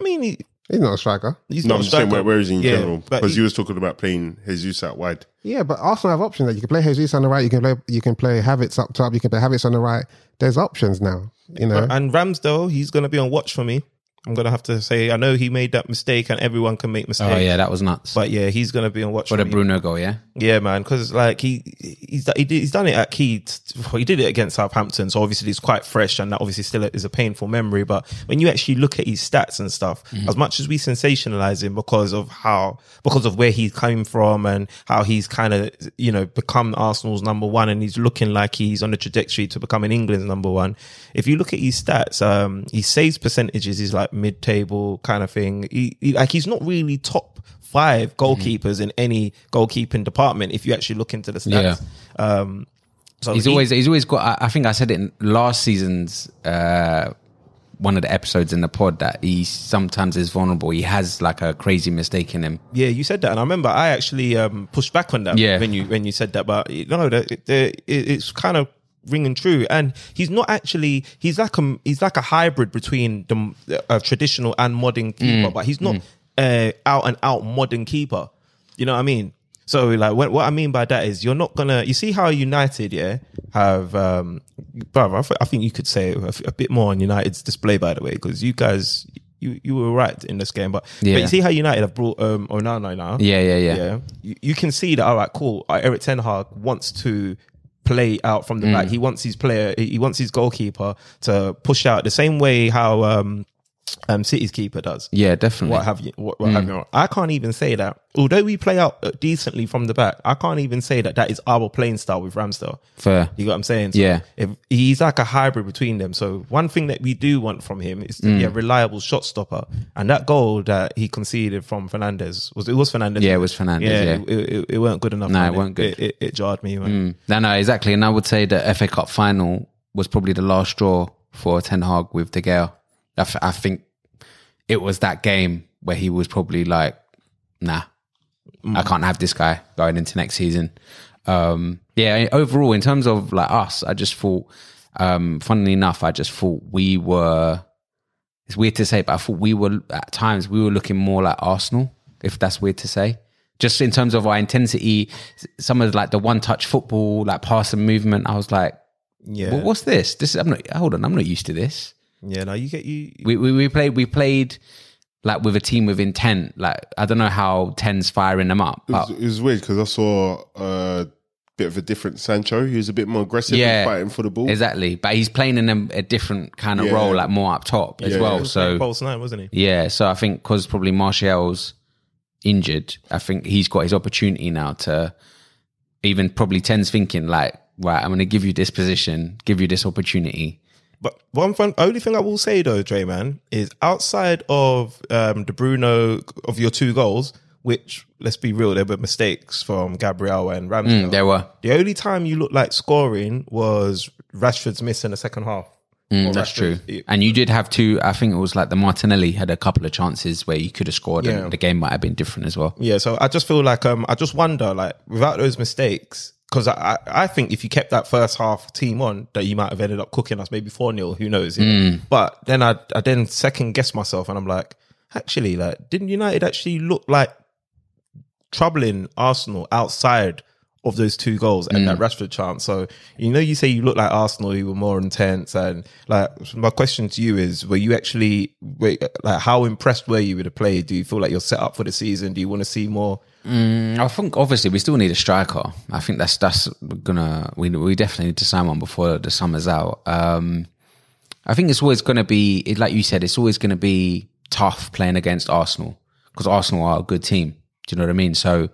mean, he, He's not a striker. he's No, not I'm a just saying where, striker. where is he in Yeah, general? but Because he- you was talking about playing Jesus out wide. Yeah, but Arsenal have options. That you can play Jesus on the right. You can play you can play Havertz up top. You can play Havertz on the right. There's options now. You know. And Ramsdale, he's going to be on watch for me. I'm going to have to say, I know he made that mistake and everyone can make mistakes. Oh yeah, that was nuts. But yeah, he's going to be on watch What for a me. Bruno goal, yeah. Yeah, man, because like he he's he did, he's done it at Key. Well, he did it against Southampton, so obviously it's quite fresh, and that obviously still is a painful memory. But when you actually look at his stats and stuff, as much as we sensationalize him because of how because of where he's coming from and how he's kind of you know become Arsenal's number one, and he's looking like he's on a trajectory to becoming England's number one. If you look at his stats, um, he saves percentages is like mid table kind of thing. He, he like he's not really top five goalkeepers in any goalkeeping department if you actually look into the stats. Um, so He's he- always he's always got. I, I think I said it in last season's uh, one of the episodes in the pod that he sometimes is vulnerable. He has like a crazy mistake in him. yeah, you said that, and I remember I actually um, pushed back on that Yeah. when you when you said that, but you know, the, the, it, it's kind of ringing true and he's not actually he's like a he's like a hybrid between the uh, traditional and modern Mm. keeper but he's not uh, out and out modern keeper you know what i mean so like what, what i mean by that is you're not gonna you see how united yeah have um brother i, th- I think you could say a, f- a bit more on united's display by the way because you guys you you were right in this game but, Yeah. but you see how united have brought um onana now Yeah, yeah, yeah. you, you can see that all right cool uh, eric ten hag wants to play out Mm. from the back. He wants his player, he wants his goalkeeper to push out the same way how um, um, City's keeper does. Yeah, Mm. definitely. What have you? What, what have you? I can't even say that. Although we play out uh, decently from the back, I can't even say that that is our playing style with Ramsdale. Fair. You got what I'm saying? So Yeah. If he's like a hybrid between them. So one thing that we do want from him is to be a Mm. reliable shot stopper. And that goal that he conceded from Fernandez was it was Fernandez. Yeah, it was Fernandes, yeah. It, it, it weren't good enough. No, man. it weren't good. Mm. It, it, it jarred me. Man. No, no, exactly. And I would say the FA Cup final was probably the last straw for Ten Hag with De Gea. I, f- I think it was that game where he was probably like, nah, I can't have this guy going into next season. Um, yeah, overall, in terms of like us, I just thought, um, funnily enough, I just thought we were, it's weird to say, but I thought we were, at times, we were looking more like Arsenal, if that's weird to say. Just in terms of our intensity, s- some of like the one touch football, like passing movement, I was like, Yeah. well, what's this? This is, I'm not, hold on, I'm not used to this Yeah. No, you get you. we, we we played we played like with a team with intent. Like I don't know how tens firing them up, It was, but it was weird because I saw a bit of a different Sancho. He was a bit more aggressive Yeah. and fighting for the ball. exactly. But he's playing in a, a different kind of Yeah. role, like more up top as Yeah. well. It Oh, so false nine, wasn't he? yeah, so I think because probably Martial's injured, I think he's got his opportunity now to even probably tens thinking like, right, I'm going to give you this position, give you this opportunity. But one fun, only thing I will say though, Dre man, is outside of um, the Bruno of your two goals, which let's be real, there were mistakes from Gabriel and Ramsdale. There were The only time you looked like scoring was Rashford's miss in the second half. Or Mm, that's true. Rashford's- it- And you did have two. I think it was like the Martinelli had a couple of chances where you could have scored, Yeah. and the game might have been different as well. Yeah, so I just feel like um, I just wonder like without those mistakes, because I, I I think if you kept that first half team on, that you might have ended up cooking us maybe four 0 Who knows? you Mm. know? But then I I then second guess myself, and I'm like, actually, like didn't United actually look like troubling Arsenal outside of those two goals and that Rashford chance. So you know, you say you look like Arsenal, you were more intense, and like my question to you is: Were you actually were, like how impressed were you with the play? Do you feel like you're set up for the season? Do you want to see more? Mm, I think obviously we still need a striker. I think that's that's gonna we we definitely need to sign one before the summer's out. Um, I think it's always gonna be it- like you said, it's always gonna be tough playing against Arsenal because Arsenal are a good team. Do you know what I mean? So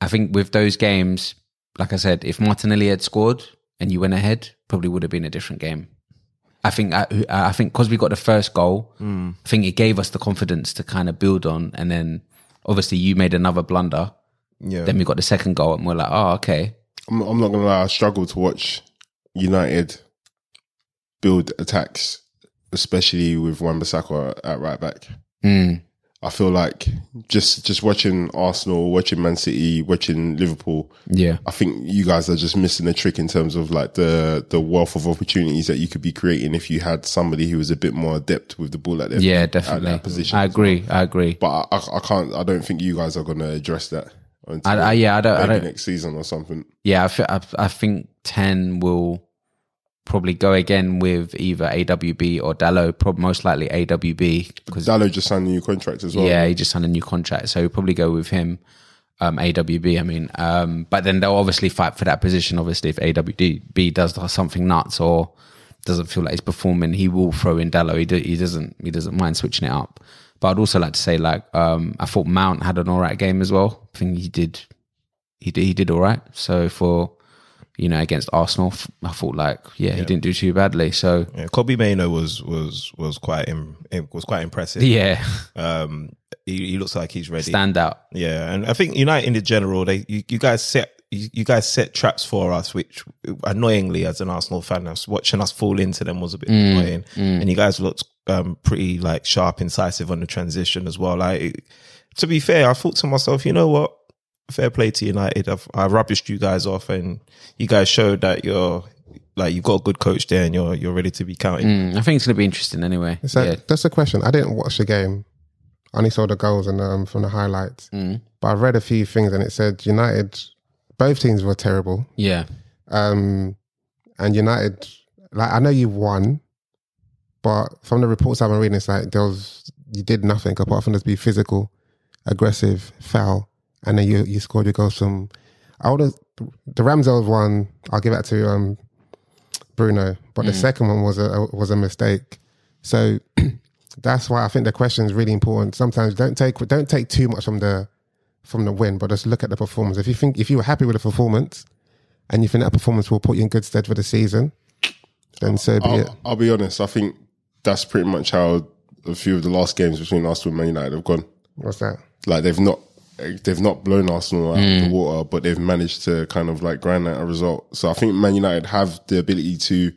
I think with those games, like I said, if Martinelli had scored and you went ahead, probably would have been a different game. I think I, I think because we got the first goal, I think it gave us the confidence to kind of build on, and then obviously you made another blunder. Yeah, Then we got the second goal, and we're like, oh okay, I'm, I'm not gonna lie, I struggle to watch United build attacks, especially with Wan Bissaka at right back. Mm. I feel like just just watching Arsenal, watching Man City, watching Liverpool. yeah, I think you guys are just missing a trick in terms of like the the wealth of opportunities that you could be creating if you had somebody who was a bit more adept with the ball at their yeah, at their definitely. position. I agree, I agree. but I, I can't. I don't think you guys are going to address that until I, I, yeah, I don't, I maybe don't, next season or something. yeah, I, th- I, I think 10 will probably go again with either AWB or Dallo, prob- most likely AWB. because Dallo just signed a new contract as well. Yeah, he just signed a new contract. So he'll probably go with him, um, AWB, I mean. Um, but then they'll obviously fight for that position, obviously, if AWB does something nuts or doesn't feel like he's performing, he will throw in Dallo. He, do, he doesn't he doesn't mind switching it up. But I'd also like to say, like, um, I thought Mount had an all right game as well. I think he did he did he did all right. So for you know against Arsenal, f- I thought like yeah, he didn't do too badly. So yeah. Kobe Mayno was was was quite Im, im- was quite impressive. yeah, Um, he, he looks like he's ready. standout. Yeah, and I think United in the general, they you, you guys set you, you guys set traps for us, which annoyingly, as an Arsenal fan, I was watching us fall into them was a bit annoying. And you guys looked um, pretty like sharp, incisive on the transition as well. Like it- to be fair, I thought to myself, you know what? Fair play to United. I've, I rubbished you guys off, and you guys showed that you're like you've got a good coach there, and you're you're ready to be counted. Mm, I think it's gonna be interesting anyway. Is that, yeah. That's the question. I didn't watch the game. I only saw the goals and um, from the highlights. Mm. But I read a few things and it said United, both teams were terrible. Yeah. Um, and United, like I know you won, but from the reports I've been reading, it's like there was you did nothing apart from just be physical, aggressive, foul, and then you you scored your goals from. I would have the Ramsdale one, I'll give that to um, Bruno, but the second one was a was a mistake. So that's why I think the question is really important. Sometimes don't take don't take too much from the from the win, but just look at the performance. If you think if you were happy with the performance, and you think that performance will put you in good stead for the season, then so be it. I'll, I'll be honest. I think that's pretty much how a few of the last games between Arsenal and Man United have gone. What's that? Like they've not they've not blown Arsenal out Mm. of the water, but they've managed to kind of like grind out a result. So I think Man United have the ability to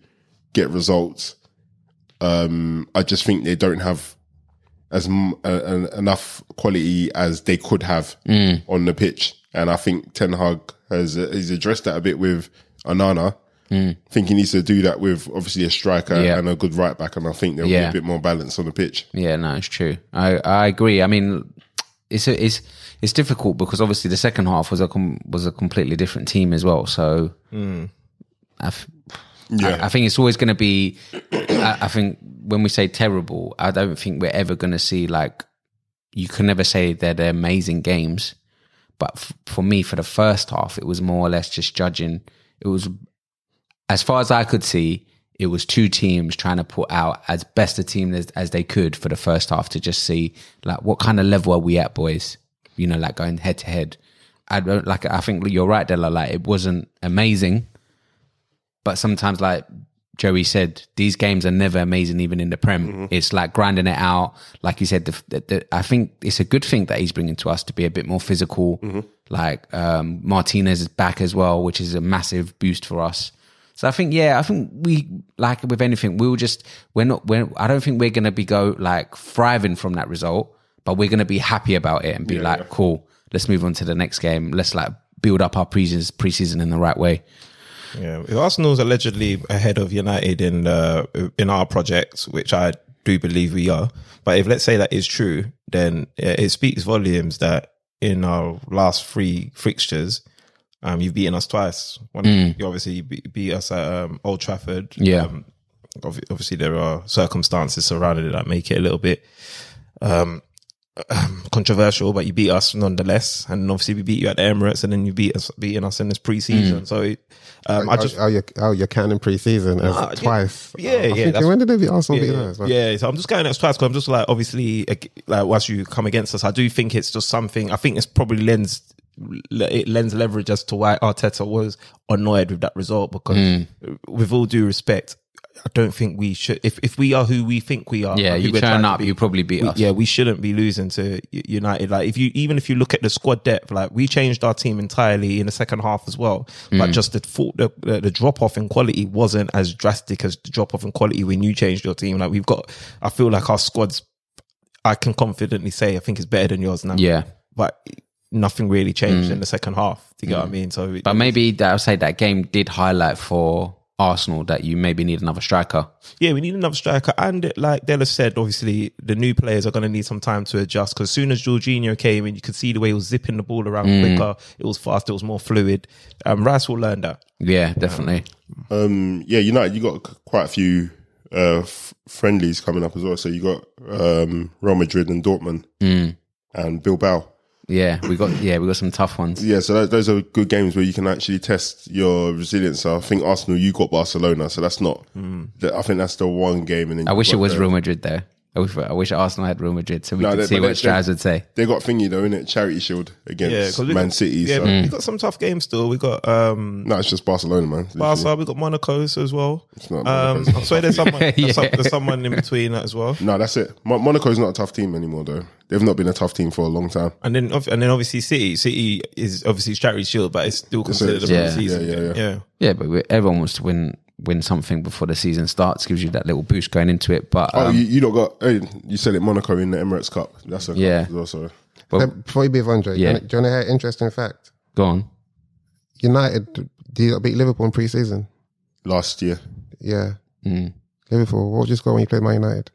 get results. Um, I just think they don't have as m- uh, uh, enough quality as they could have Mm. on the pitch, and I think Ten Hag has has addressed that a bit with Anana. I think he needs to do that with obviously a striker Mm. Yeah. and a good right back, and I think there'll Yeah. be a bit more balance on the pitch. Yeah, no, it's true. I, I agree. I mean, it's a, it's it's difficult because obviously the second half was a com- was a completely different team as well. So I, f- Yeah, I think it's always going to be. I, I think when we say terrible, I don't think we're ever going to see like you can never say they're, they're amazing games. But f- for me, for the first half, it was more or less just judging. It was, as far as I could see, it was two teams trying to put out as best a team as, as they could for the first half to just see like what kind of level are we at, boys? You know, like going head to head. I don't like. I think you're right, Della. Like it wasn't amazing, but sometimes like Joey said, these games are never amazing, even in the Prem. It's like grinding it out. Like you said, the, the, the, I think it's a good thing that he's bringing to us to be a bit more physical. Like um, Martinez is back as well, which is a massive boost for us. So I think, yeah, I think we like with anything, we will just we're not. We're, I don't think we're gonna be go like thriving from that result, but we're gonna be happy about it and be like, cool, let's move on to the next game. Let's like build up our preseason preseason in the right way. Yeah, Arsenal's allegedly ahead of United in uh, in our projects, which I do believe we are. But if let's say that is true, then yeah, it speaks volumes that in our last three fixtures, um, you've beaten us twice. One, you obviously be- beat us at um, Old Trafford. Yeah. Um, obvi- obviously, there are circumstances surrounding it that make it a little bit um, controversial, but you beat us nonetheless. And obviously, we beat you at the Emirates, and then you beat us, beating us in this preseason. So, it, um, I just oh, you're, oh, you're counting pre-season as yeah. twice. Yeah, I yeah, think- that's- when did they beat Arsenal? beat us? yeah, yeah, so I'm just going at twice because I'm just like obviously ag- like once you come against us, I do think it's just something. I think it's probably lends le- it lends leverage as to why Arteta was annoyed with that result because Mm. with all due respect, I don't think we should. If if we are who we think we are, Yeah, who you we're trying turn to up, be, you probably beat we- us. Yeah, we shouldn't be losing to U- United. Like if you even if you look at the squad depth, like we changed our team entirely in the second half as well. Mm. But just the, thought- the the, the drop off in quality wasn't as drastic as the drop off in quality when you changed your team. Like we've got, I feel like our squads, I can confidently say, I think is better than yours now. Yeah. Mm. but nothing really changed in the second half. Do you get what I mean? So it- But maybe that I'll say that game did highlight for Arsenal that you maybe need another striker. yeah, we need another striker. And it- like Della said, obviously the new players are going to need some time to adjust because as soon as Jorginho came in, you could see the way he was zipping the ball around Mm. quicker. It was fast. It was more fluid. Um, Rice will learn that. Yeah, definitely. Um, yeah, United, you got c- quite a few uh, f- friendlies coming up as well. So you got um, Real Madrid and Dortmund Mm. and Bilbao. Yeah, we got yeah we got some tough ones. Yeah, so that, those are good games where you can actually test your resilience. So I think Arsenal, you got Barcelona, so that's not. Mm. The, I think that's the one game. And then I you wish it got was the- Real Madrid though. I wish I wish Arsenal had Real Madrid so we No, could they- see but what they- Strives would say. They got thingy though, innit? Charity Shield Yeah, against 'cause we Man got, City. Yeah, so. we got some tough games still. We got um, No, it's just Barcelona, man. Barca. We got Monaco's as well. not um, Monaco's. I swear there's someone. There's, Yeah. some, there's someone in between that as well. No, that's it. Mon- Monaco's not a tough team anymore, though. They've not been a tough team for a long time. And then, ob- and then obviously City. City is obviously Charity Shield, but it's still considered a yeah, yeah, season. yeah, yeah. yeah. Yeah, but we, everyone wants to win win something before the season starts. Gives you that little boost going into it. But Oh, um, you, you not got? Hey, you said it, Monaco in the Emirates Cup. That's a Yeah. Cup as well, so. Well- Then, before you be Andre, Yeah. do you want to hear an interesting fact? go on. United did beat Liverpool in pre-season. last year. Yeah. Mm. Liverpool, what was your score when you played Man United?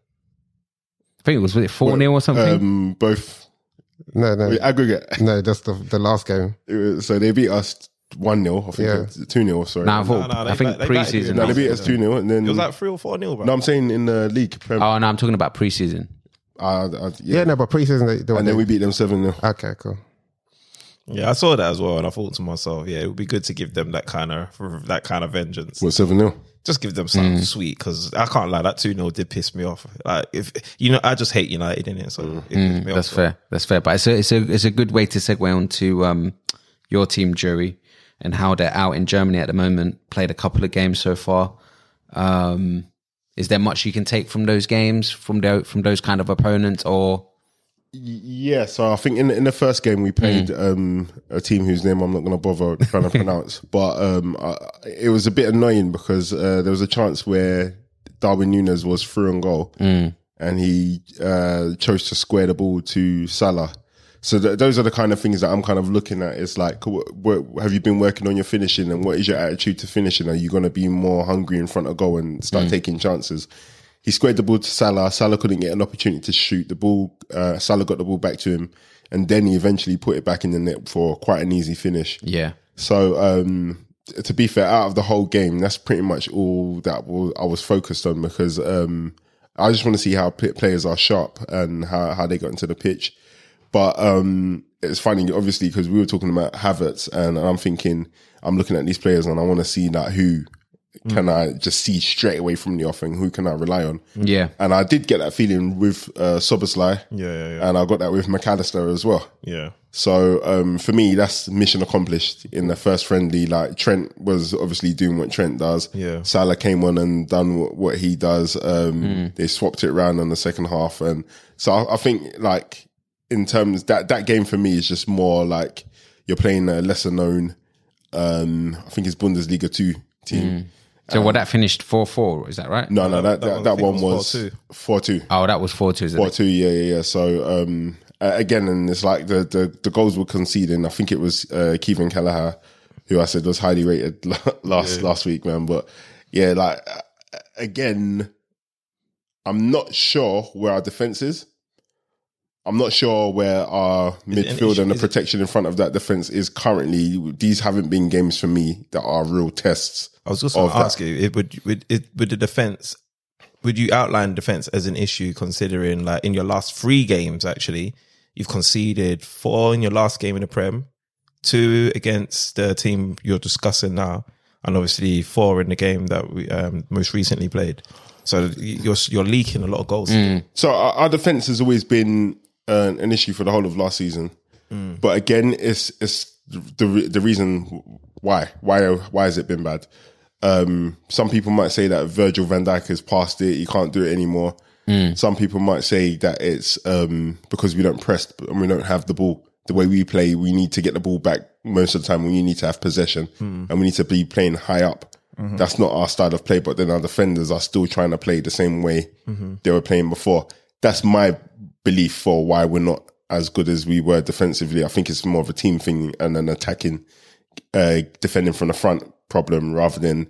I think it was was it four 0 or something. Um, both No, no, the aggregate. no, just the, the last game. It was- So they beat us one 0 I Yeah. think uh, two 0 Sorry, Nah, I thought- No, no, I they think back- they back you. preseason. no, they beat us two 0 and then It was like three or four nil, bro. no, I'm saying in the league. Prem, uh, oh no, I'm talking about preseason. uh, yeah. Yeah, no, but pre-season they, they were and then we beat them seven 0 Okay, cool. Yeah, I saw that as well, and I thought to myself, yeah, it would be good to give them that kind of that kind of vengeance. What seven 0 Just give them something sweet because I can't lie, that two 0 did piss me off. Like if you know, I just hate United in it, so it pissed me That's off. fair. That's fair. But it's a, it's a it's a good way to segue onto um, your team, jury, and how they're out in Germany at the moment. Played a couple of games so far. Um, is there much you can take from those games from the, from those kind of opponents, or Yeah, so I think in in the first game we played um, a team whose name I'm not going to bother trying to pronounce, but um, I, it was a bit annoying because uh, there was a chance where Darwin Nunes was through and goal, and he uh, chose to square the ball to Salah. So th- those are the kind of things that I'm kind of looking at. It's like, wh- wh- have you been working on your finishing, and what is your attitude to finishing? Are you going to be more hungry in front of goal and start taking chances? He squared the ball to Salah. Salah couldn't get an opportunity to shoot. The ball, uh, Salah got the ball back to him, and then he eventually put it back in the net for quite an easy finish. yeah, So, um, t- to be fair, out of the whole game, that's pretty much all that wa- I was focused on because um, I just want to see how p- players are sharp and how, how they got into the pitch. But um, it's funny, obviously, because we were talking about Havertz, and I'm thinking, I'm looking at these players and I want to see like who can I just see straight away from the off and who can I rely on. yeah, And I did get that feeling with uh, Soboslai, Yeah, yeah, yeah. and I got that with McAllister as well. yeah. So um, for me, that's mission accomplished in the first friendly. Like Trent was obviously doing what Trent does. Yeah. Salah came on and done wh- what he does. Um, They swapped it around on the second half, and so I, I think like in terms that that game for me is just more like you're playing a lesser known. Um, I think it's Bundesliga two team. So well, that finished four four. Is that right? Uh, No, no, that that one, I that, that one think, was was 4-2. four two. Oh, that was four two. Is it? Four two, yeah, yeah, yeah. So um, uh, again, and it's like the, the the goals were conceding. I think it was uh, Kevin Kelleher, who I said was highly rated last last week, man. But yeah, like uh, again, I'm not sure where our defense is. I'm not sure where our it an midfield issue- and the is it- protection in front of that defense is currently. These haven't been games for me that are real tests. I was just going of to that. ask you, it would would it would the defense would you outline defense as an issue considering like in your last three games actually you've conceded four in your last game in the Prem, two against the team you're discussing now, and obviously four in the game that we um, most recently played. So you're you're leaking a lot of goals. So our, our defense has always been uh, an issue for the whole of last season. But again, it's it's the re- the reason why why why has it been bad? Um, some people might say that Virgil Van Dijk has passed it; he can't do it anymore. Some people might say that it's um, because we don't press and we don't have the ball. The way we play, we need to get the ball back most of the time. We need to have possession, and we need to be playing high up. That's not our style of play. But then our defenders are still trying to play the same way they were playing before. That's my belief for why we're not as good as we were defensively. I think it's more of a team thing and an attacking, uh, defending from the front problem rather than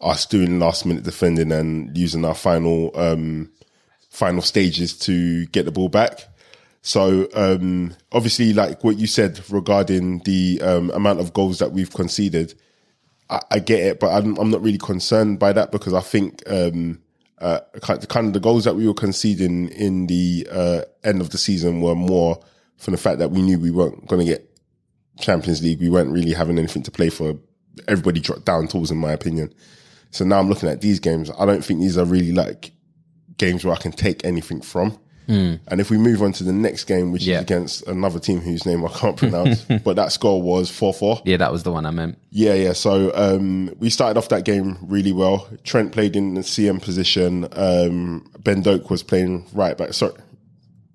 us doing last minute defending and using our final um, final stages to get the ball back. So um, obviously, like what you said regarding the um, amount of goals that we've conceded, I, I get it, but I'm, I'm not really concerned by that because I think um, uh, kind kind of the goals that we were conceding in the uh, end of the season were more from the fact that we knew we weren't going to get Champions League. We weren't really having anything to play for. Everybody dropped down tools, in my opinion. So now I'm looking at these games. I don't think these are really like games where I can take anything from. And if we move on to the next game, which Yeah. is against another team whose name I can't pronounce, but that score was 4 4. Yeah, that was the one I meant. Yeah, yeah. So um, we started off that game really well. Trent played in the CM position. Um, ben Doak was playing right back. Sorry,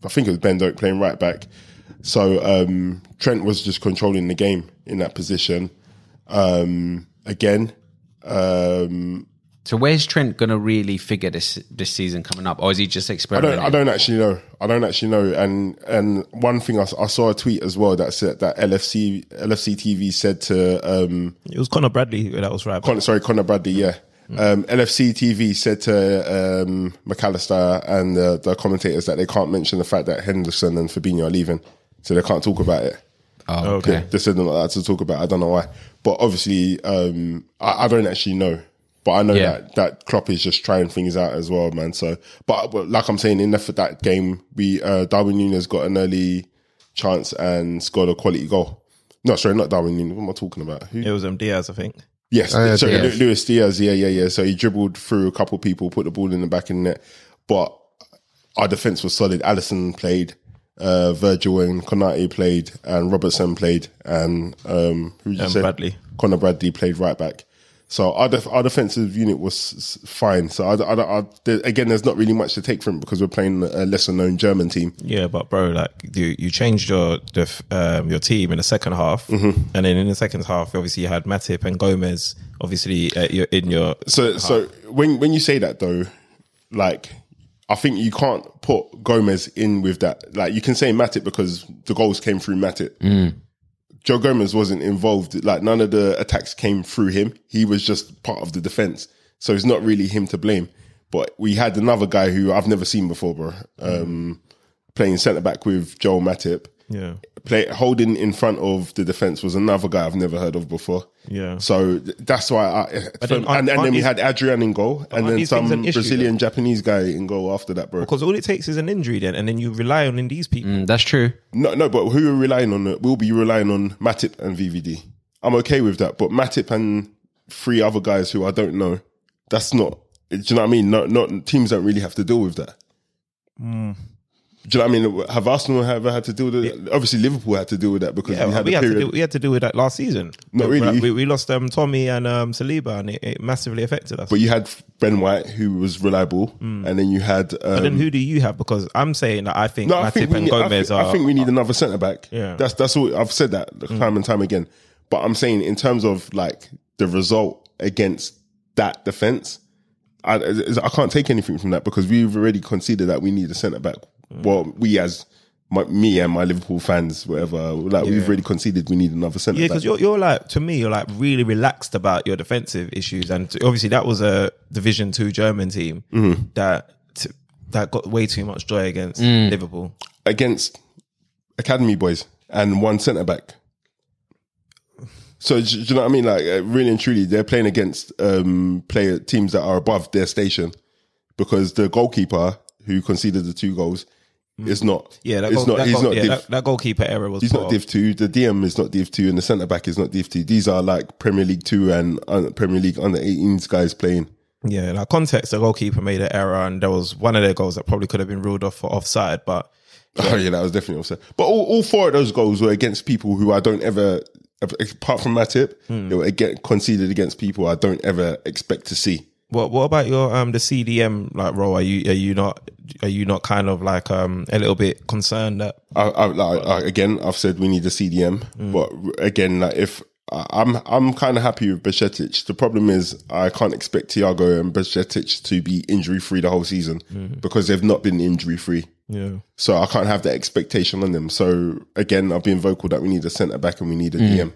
I think it was Ben Doak playing right back. So um, Trent was just controlling the game in that position. Um, again, um, So where's Trent gonna really figure this this season coming up, or is he just I don't, experimenting? I don't actually know. I don't actually know. And and one thing I, s- I saw a tweet as well that said that LFC LFC TV said to um, It was Connor Bradley that was right. Con- sorry, Conor Bradley, yeah. Um, LFC TV said to um, McAllister and uh, the commentators that they can't mention the fact that Henderson and Fabinho are leaving, so they can't talk about it. Oh, Okay. okay. They said they're not allowed to talk about. it. I don't know why, but obviously, um, I, I don't actually know. But I know Yeah. that that Klopp is just trying things out as well, man. So, but, but like I'm saying, enough for that game. We uh, Darwin Nunes got an early chance and scored a quality goal. No, sorry, not Darwin Nunes. What am I talking about? Who? It was um, Diaz, I think. Yes, Oh, yeah, sorry, Diaz. Lu- Luis Diaz. Yeah, yeah, yeah. So he dribbled through a couple people, put the ball in the back of the net, but our defense was solid. Allison played, uh, Virgil and Konate played, and Robertson played, and um, who did you Um, say? Bradley. Connor Bradley played right back. So our def- our defensive unit was s- s- fine. So I, I, I, there, again, there's not really much to take from it because we're playing a lesser known German team. Yeah, but bro, like you, you changed your def, um, your team in the second half, Mm-hmm. and then in the second half, obviously you had Matip and Gomez. Obviously, uh, you're in your So so when when you say that though, like I think you can't put Gomez in with that. Like you can say Matic because the goals came through Matic. Joe Gomez wasn't involved. Like none of the attacks came through him. He was just part of the defense. So it's not really him to blame. But we had another guy who I've never seen before, bro. Um, playing centre back with Joel Matip. yeah Play holding in front of the defense was another guy I've never heard of before. yeah. So th- that's why I. then and, aren't- and then aren't we these- had Adrian in goal, and aren't then these things some an issue, Brazilian Japanese guy in goal after that, bro. Because all it takes is an injury, then, and then you rely on in these people. Mm, that's true. No, no, but who we're relying on? We'll be relying on Matip and VVD. I'm okay with that, but Matip and three other guys who I don't know. That's not. Do you know what I mean? Not, not teams don't really have to deal with that. Hmm. Do you know what I mean? Have Arsenal ever had to deal with it? Obviously, Liverpool had to deal with that because Yeah, we we had had, we, a had to period. do, we had to do with that last season. Not we, really. We, we lost um, Tommy and um, Saliba, and it, it massively affected us. but you had Ben White, who was reliable, and then you had. Um, Hmm. but then who do you have? Because I'm saying that I think No, Matip I think, we and need, I, Gomez think, I are. think we need another centre back. Yeah. Mm. that's that's all. I've said that time and time again. But I'm saying in terms of like the result against that defense, I, I can't take anything from that because we've already conceded that we need a centre back. Mm. Well, we as my, me and my Liverpool fans, whatever, like we've already conceded we need another centre Yeah, back. because you're, you're like to me, you're like really relaxed about your defensive issues, and t- obviously that was a Division Two German team Mm-hmm. that t- that got way too much joy against Mm. Liverpool. against academy boys and one centre back. So do you know what I mean? Like uh, really and truly, they're playing against um, player teams that are above their station because the goalkeeper who conceded the two goals is not. Mm. Yeah, that, it's goal, not. that, he's goal- not. yeah, div, that, that goalkeeper error was. he's part not of- div two. The DM is not div two, and the centre back is not div two. These are like Premier League two and uh, Premier League under 18s guys playing. Yeah, like context, the goalkeeper made an error, and there was one of their goals that probably could have been ruled off for offside, but Oh yeah, that was definitely offside. But all, all four of those goals were against people who I don't ever, apart from my tip, they were again conceded against people I don't ever expect to see. What What about your um the CDM like role? Are you are you not are you not kind of like um a little bit concerned that I, I, like, I, again, I've said we need a CDM, Mm. but again, like if I- I'm, I'm kind of happy with Bashetic. The problem is I can't expect Tiago and Bashetic to be injury free the whole season because they've not been injury free. Mm. yeah So I can't have that expectation on them. So again, I've been vocal that we need a centre back and we need a DM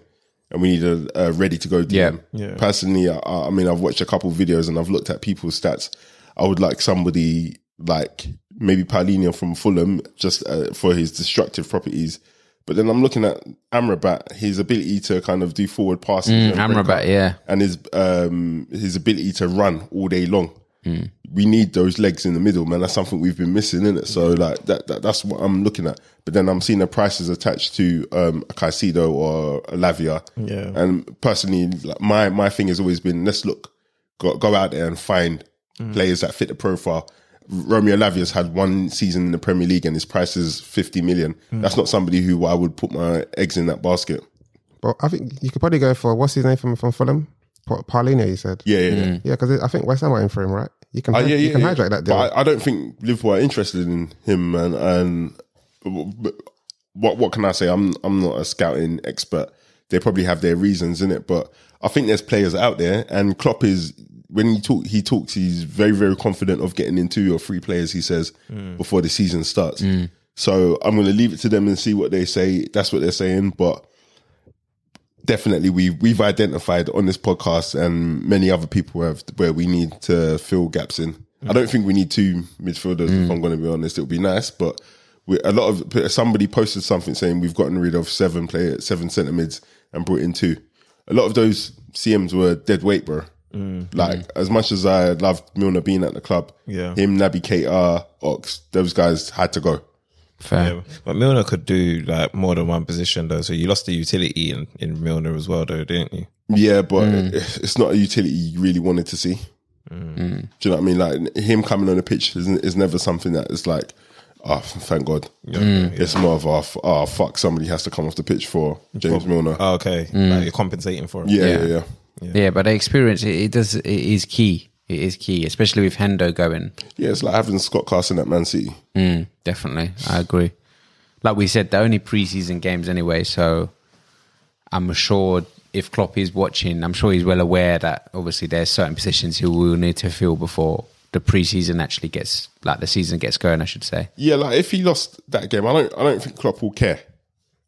and we need a, a ready to go DM. Mm. Yeah. Personally, I, I mean, I've watched a couple of videos and I've looked at people's stats. I would like somebody like maybe Paulinho from Fulham just uh, for his destructive properties. But then I'm looking at Amrabat, his ability to kind of do forward passes. and break up Mm, Amrabat, yeah. and his um his ability to run all day long. We need those legs in the middle, man. That's something we've been missing, isn't it? So like that, that that's what I'm looking at. But then I'm seeing the prices attached to um a Caicedo or a Lavia. Yeah. And personally, like my my thing has always been let's look, go go out there and find players that fit the profile. Romeo Lavia's had one season in the Premier League and his price is 50 million. That's not somebody who I would put my eggs in that basket. But I think you could probably go for what's his name from from Fulham, Pa- Paulinho. You said, Yeah, yeah, yeah. yeah, because I think West Ham are in for him, right? You can, Uh, Oh, hi- you can hijack that deal. But I, I don't think Liverpool are interested in him, man. And but what what can I say? I'm I'm not a scouting expert. They probably have their reasons in it, but I think there's players out there. And Klopp is when he talk he talks, he's very very confident of getting in two or three players. He says Mm. before the season starts. So I'm going to leave it to them and see what they say. That's what they're saying, but definitely we we've identified on this podcast and many other people have where we need to fill gaps in. I don't think we need two midfielders. If I'm going to be honest, it would be nice, but we, a lot of somebody posted something saying we've gotten rid of seven player seven centre mids and brought in two. A lot of those CMs were dead weight, bro. Like as much as I loved Milner being at the club, Yeah. him, Naby Keita, Ox, those guys had to go. Fair. Yeah, but Milner could do like more than one position though. So you lost the utility in, in Milner as well though, didn't you? Yeah, but it's not a utility you really wanted to see. Do you know what I mean? Like him coming on the pitch is, is never something that is like, oh, thank God. It's more of, oh, oh, fuck, somebody has to come off the pitch for James Milner. Oh, okay, like you're compensating for it. yeah, yeah, yeah. Yeah. but the experience it, it does it is key. It is key, especially with Hendo going. Yeah, it's like having Scott Carson at Man City. Mm, definitely, I agree. Like we said, they're only preseason games anyway, so I'm sure if Klopp is watching, I'm sure he's well aware that obviously there's certain positions he will need to fill before the preseason actually gets like the season gets going. I should say. Yeah, like if he lost that game, I don't I don't think Klopp will care.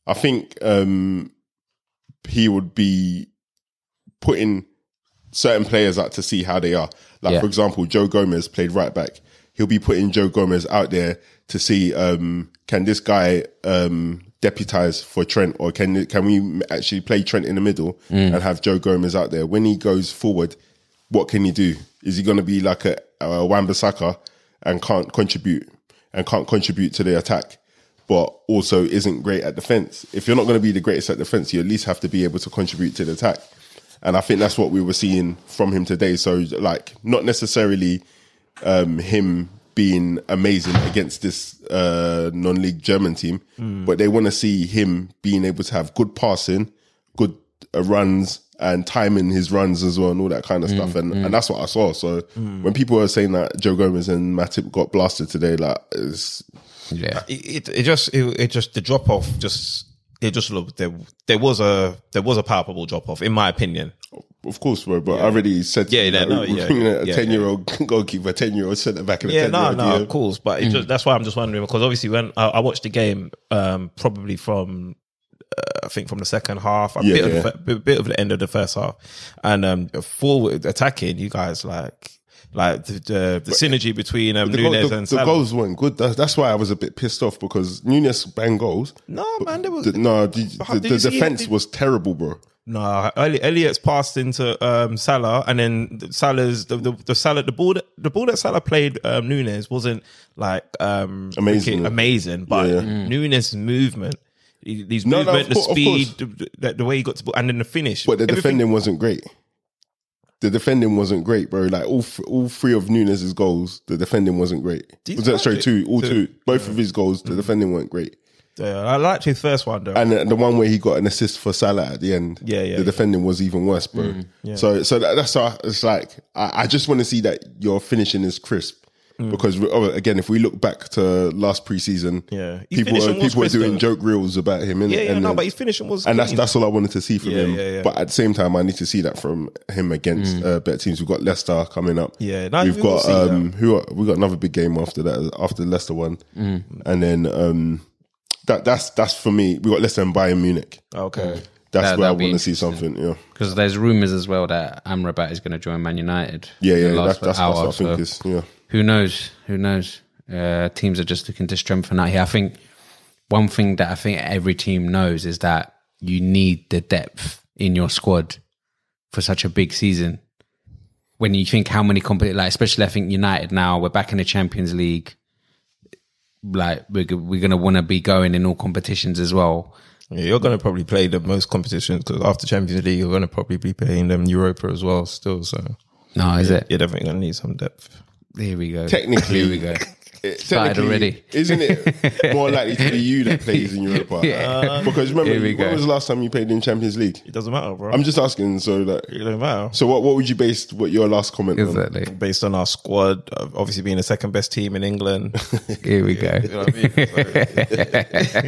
I think um he would be putting certain players out to see how they are. Like Yeah. for example, Joe Gomez played right back. He'll be putting Joe Gomez out there to see um can this guy um deputize for Trent or can can we actually play Trent in the middle and have Joe Gomez out there when he goes forward what can he do? Is he going to be like a, a Wan-Bissaka and can't contribute and can't contribute to the attack, but also isn't great at defense? If you're not going to be the greatest at defense, you at least have to be able to contribute to the attack. And I think that's what we were seeing from him today. So, like, not necessarily um, him being amazing against this uh, non-league German team, Mm. but they want to see him being able to have good passing, good uh, runs, and timing his runs as well, and all that kind Mm, of stuff. And and that's what I saw. So when people were saying that Joe Gomez and Matip got blasted today, like it's, Yeah, It, it, it just it, it just the drop off just it just looked there there was a there was a palpable drop off in my opinion. of course, bro, but I already said, Yeah, no, no, we're yeah, bringing a yeah, ten-year-old goalkeeper, ten-year-old centre back, and a Yeah, no, ten-year-old. no, DM. of course. But it just, that's why I'm just wondering because obviously when I, I watched the game, um, probably from uh, I think from the second half, a Yeah, bit, yeah. Of the, fir- bit of the end of the first half, and um, forward attacking, you guys like like the the, the synergy between um, The, goal- Nunes the- and the Salah. goals weren't good. That's, that's why I was a bit pissed off because Nunes banged goals. No man, there was The- no, the, How the, did the you see- defense did- was terrible, bro. No, Elli- Elliot's passed into um, Salah, and then Salah's the, the the Salah the ball that, the ball that Salah played um, Nunes wasn't like um, Amazing. wicked- amazing, but Mm. Yeah, yeah. Nunes' movement, his No, no, movement, of cour- the of speed, course. the, the, the way he got to ball, and then the finish. But the Everything- defending wasn't great. The defending wasn't great, bro. Like all th- all three of Nunes' goals, the defending wasn't great. These Was that sorry? Two, magic- all two. Mm-hmm. two, both of his goals, the defending weren't great. Yeah, I liked his first one though. And the, the one where he got an assist for Salah at the end, Yeah, yeah, the yeah. Mm-hmm. defending was even worse, bro. So so that, that's how it's like. I, I just want to see that your finishing is crisp. Mm. Because we- oh, again, if we look back to last preseason, Yeah. His people were, finishing was people were crisp, doing though. joke reels about him. innit? yeah, yeah, and no, then- but his finishing was and that's clean. that's all I wanted to see from Yeah, him. yeah, yeah. But at the same time, I need to see that from him Mm. against uh, better teams. We've got Leicester coming up. Yeah, no, we've we will got see that. um, who are, we got another big game after that after the Leicester one, Mm. and then um, that that's that's for me. We got Leicester and Bayern Munich. okay. That's That- where I that'll be want to see something. Yeah, because there's rumours as well that Amrabat is going to join Man United. yeah, in the yeah. That, last that's, that's hour, what I think so- is yeah. who knows? Who knows? Uh, teams are just looking to strengthen out here. I think one thing that I think every team knows is that you need the depth in your squad for such a big season. When you think how many compet like especially I think United now we're back in the Champions League, like we're g- we're gonna want to be going in all competitions as well. Yeah, you're going to probably play the most competitions because after Champions League, you're going to probably be playing them Europa as well still. So No, is it? you're definitely going to need some depth. Here we go. Technically- here we go. It, Started technically, already. Isn't it more likely to be you that plays in Europa? Yeah. Because remember, Here we when go. was the last time you played in Champions League? It doesn't matter, bro. I'm just asking. So like, it doesn't matter. so what? What would you base what your last comment? on? Exactly. based on our squad, of obviously being the second best team in England. Here we go. You know what I mean? So,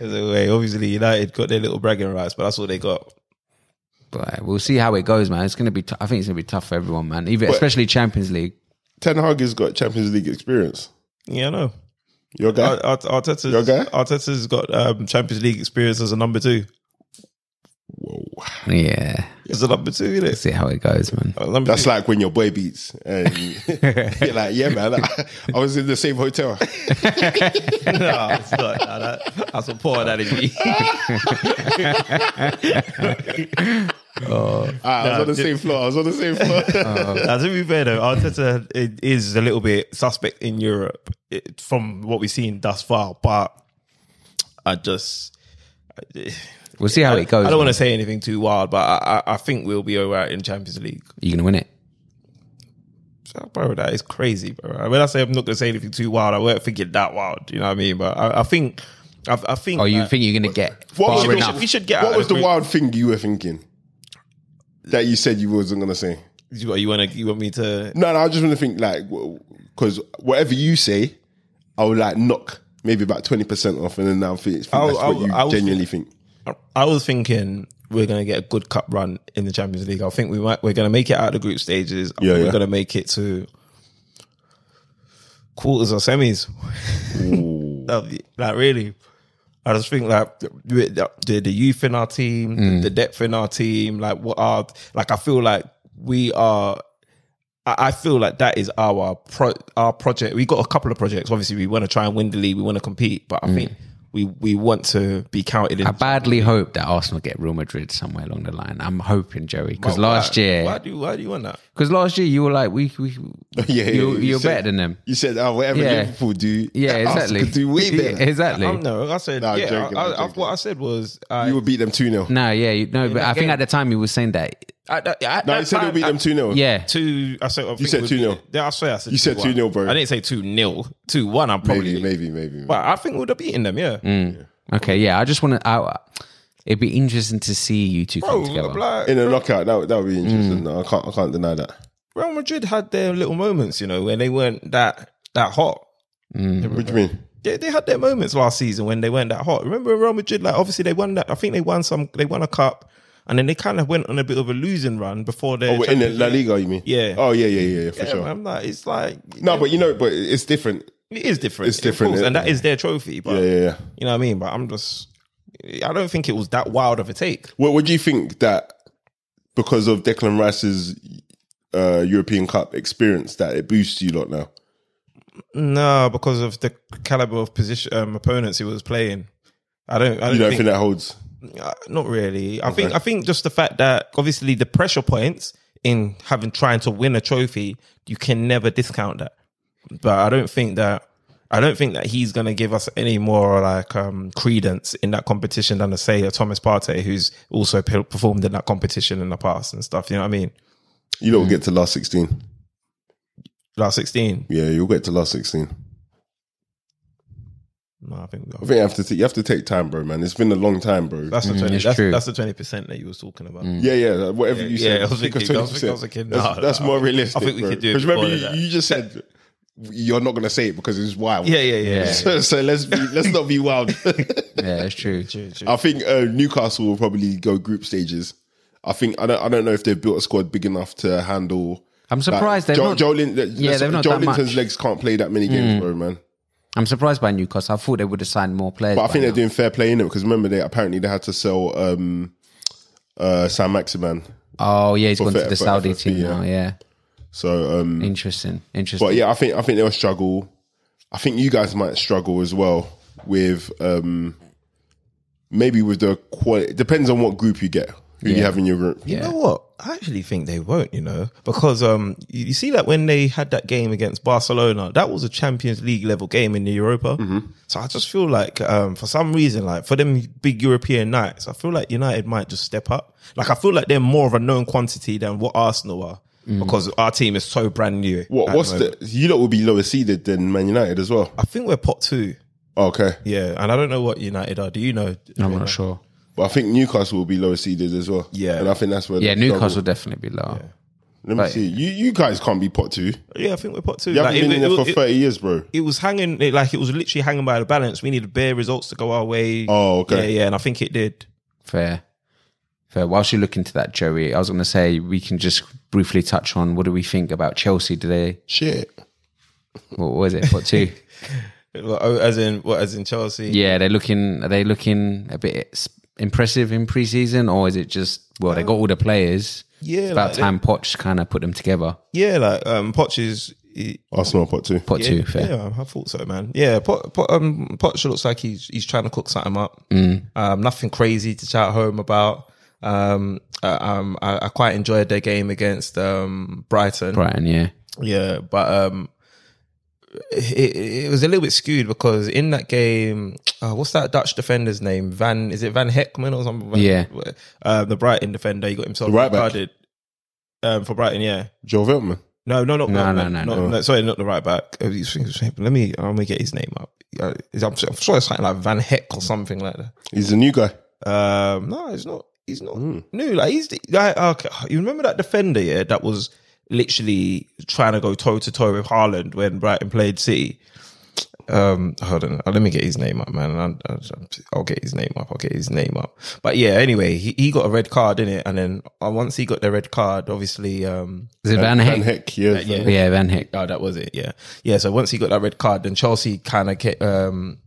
there's a way. Obviously, United got their little bragging rights, but that's all they got. But we'll see how it goes, man. It's gonna be. T- I think it's gonna be tough for everyone, man. Even But- especially Champions League. Ten Hag has got Champions League experience. Yeah, I know. Your guy, Ar- Ar- Arteta's, Your guy? Arteta's got um, Champions League experience as a number two. Yeah, As a number two, Let's isn't see how it goes, man. it? Number that's two. like when your boy beats, and you're like, yeah, man, I, I was in the same hotel. no, it's not. No, that, that's a poor analogy. Ah, I was on the same floor. I was on the same floor. Oh. Now, to be fair though, Arteta it is a little bit suspect in Europe it, from what we've seen thus far, but I just We'll see how it goes. I don't want to to. say anything too wild, but I, I, I think we'll be alright in Champions League. You're gonna win it. So, bro, that is crazy, bro. When I say I'm not gonna say anything too wild, I weren't thinking that wild. You know what I mean? But I, I think, I, I think. Or Oh, you like, think you're gonna get What far was, the- we enough? should- we should get out what of was the the- wild thing you were thinking that you said you wasn't gonna say? you, you want to? You want me to? No, no, I just want to think like because whatever you say, I would like knock maybe about twenty percent off, and then I'll think, think I'll- that's what I'll- you I'll genuinely think. I- I was thinking we're gonna get a good cup run in the Champions League. I think we might. We're gonna make it out of the group stages. Yeah, we're yeah. gonna make it to quarters or semis. That'd be- like really, I just think like the, the, the youth in our team, Mm. the, the depth in our team, like what are like I feel like we are. I I feel like that is our pro, our project. We got a couple of projects. Obviously, we want to try and win the league. We want to compete, but I think we we want to be counted in. Mm. I badly hope that Arsenal get Real Madrid somewhere along the line. I'm hoping, Joey, because Why- last why year, do why do you want that? because last year you were like, we, we, Yeah, yeah, you, you you're said- better than them. You said oh, whatever Yeah. Liverpool do, Yeah, us exactly. could do way better. Yeah, exactly. Um, no, I said Nah, I'm yeah. joking, I, I'm I, joking. what I said was I, You would beat them two 0 No, yeah, you, no, but I think game. at the time you were saying that. I, I, I, No, you said you'll beat them two 0 Yeah, two. I said I think said it was- 2-0. Yeah, I swear I said You said 2-1. 2-0, bro. I didn't say two 0 two one. I'm probably, maybe, Mm, maybe, maybe. but I think we'd have beaten them. Yeah, okay, yeah. I just want to. It'd be interesting to see you two bro. come together. Like, In a knockout, that would- that would be Mm. interesting. No, I can't, I can't deny that. Real Madrid had their little moments, you know, when they weren't that that hot. Mm. What do you mean? They, they had their moments last season when they weren't that hot. Remember Real Madrid? Like obviously they won that. I think they won some. They won a cup, and then they kind of went on a bit of a losing run before they. Oh, we're in the La Liga, you mean? Yeah. Oh yeah, yeah, yeah, yeah for Yeah, sure. man, I'm like, it's like No, but you know, but it's different. It is different. It's of different, course, yeah. and that is their trophy. But Yeah, yeah, yeah. you know what I mean. But I'm just, I don't think it was that wild of a take. What What do you think that because of Declan Rice's uh, European Cup experience that it boosts you lot now? No, because of the caliber of position um, opponents he was playing. I don't. I don't, You don't think, think that holds? uh, not really. I think. I think just the fact that obviously the pressure points in having trying to win a trophy, you can never discount that. But I don't think that. I don't think that he's going to give us any more like um, credence in that competition than, say, a Thomas Partey, who's also pe- performed in that competition in the past and stuff. You know what I mean? You Mm. don't get to last sixteen. Last sixteen. Yeah, you'll get to last sixteen. No, I think we I got. think you have to. T- you have to take time, bro, man. It's been a long time, bro. That's the twenty. Mm, it's that's, true. Mm. that's the twenty percent that you was talking about. yeah, yeah. Whatever you said. yeah, I was think of thinking- I was thinking- I was 20%. thinking, that's nah, that's nah, more I think- I realistic. think we bro. could do it Because remember, before you, that. you just said you're not gonna say it because it's wild. Yeah, yeah, yeah. yeah. So, so let's be, let's not be wild. Yeah, that's true. I think uh, Newcastle will probably go group stages. I think I don't I don't know if they've built a squad big enough to handle. I'm surprised like, they've Joe, not- Joe Lin- Yeah, they've not Joe done much. Mm. Linton's legs can't play that many games, bro, man. I'm surprised by Newcastle. I thought they would have signed more players. But I by think they're now. doing fair play in it because remember they apparently they had to sell um, uh, Sam Maximan. Oh yeah, he's gone to F- the for Saudi FFP, team yeah. now. Yeah, So, um, interesting, interesting. but yeah, I think I think they'll struggle. I think you guys might struggle as well with um, maybe with the quality. Depends on what group you get. Who you have in your group? You know what? I actually think they won't, you know, because um, you, you see that when they had that game against Barcelona, that was a Champions League level game in the Europa. Mm-hmm. So I just feel like um, for some reason, like for them big European nights, I feel like United might just step up. Like I feel like they're more of a known quantity than what Arsenal are because our team is so brand new. Mm. What, at what's moment. the you lot will be lower seeded than Man United as well. I think we're pot two. Okay, Yeah, and I don't know what United are. Do you know? I'm not sure. but I think Newcastle will be lower seeded as well. Yeah. and I think that's where Yeah, they struggle. Newcastle will definitely be lower. Let me see. You you guys can't be pot two. Yeah, I think we're pot two. You haven't Like, been in it- there it- for it- thirty years, bro. it was hanging it, like it was literally hanging by the balance. We needed bare results to go our way. Oh, okay. Yeah, yeah, and I think it did. Fair. Fair. Whilst you look into that, Joey, I was going to say we can just briefly touch on what do we think about Chelsea today? Shit. What was it? What two? Well, oh, As in what? As in Chelsea? yeah, they're looking. Are they looking a bit s- impressive in preseason, or is it just well they got all the players? yeah, it's about like they- time Poch kind of put them together. Yeah, like um, Poch is. he- Arsenal are pot two. Pot Yeah, two, fair. yeah, I thought so, man. Yeah, Pot, Pot, Mm. um, Poch looks like he's he's trying to cook something up. Um, nothing crazy to shout home about. Um, uh, um, I, I quite enjoyed their game against um Brighton. Brighton, yeah. Yeah, but um, it, it was a little bit skewed because in that game, uh, what's that Dutch defender's name? Van is it Van Heckman or something? Van- Yeah. uh, the Brighton defender. He got himself The right back. carded um, for Brighton. Yeah, Joe Veltman. no, no, not no, No, no, no, no, no, no. Sorry, not the right back. Uh, he's- he's- Let me, I'm gonna get his name up. Uh, is- I'm I'm sure it's something like Van Heck or something like that. He's a new guy. Um, no, he's not. He's not new. Like he's the, like okay. You remember that defender, yeah, that was literally trying to go toe to toe with Haaland when Brighton played City. Um, hold on, Uh, let me get his name up, man. I'll, I'll- I'll get his name up. I'll get his name up. But yeah, anyway, he, he got a red card in it, and then uh, once he got the red card, obviously, um, Is it Van Van Hick? Heck, yeah. Uh, yeah, Yeah, Van uh, Hick. Oh, that was it. Yeah, yeah. So once he got that red card, then Chelsea kind of um,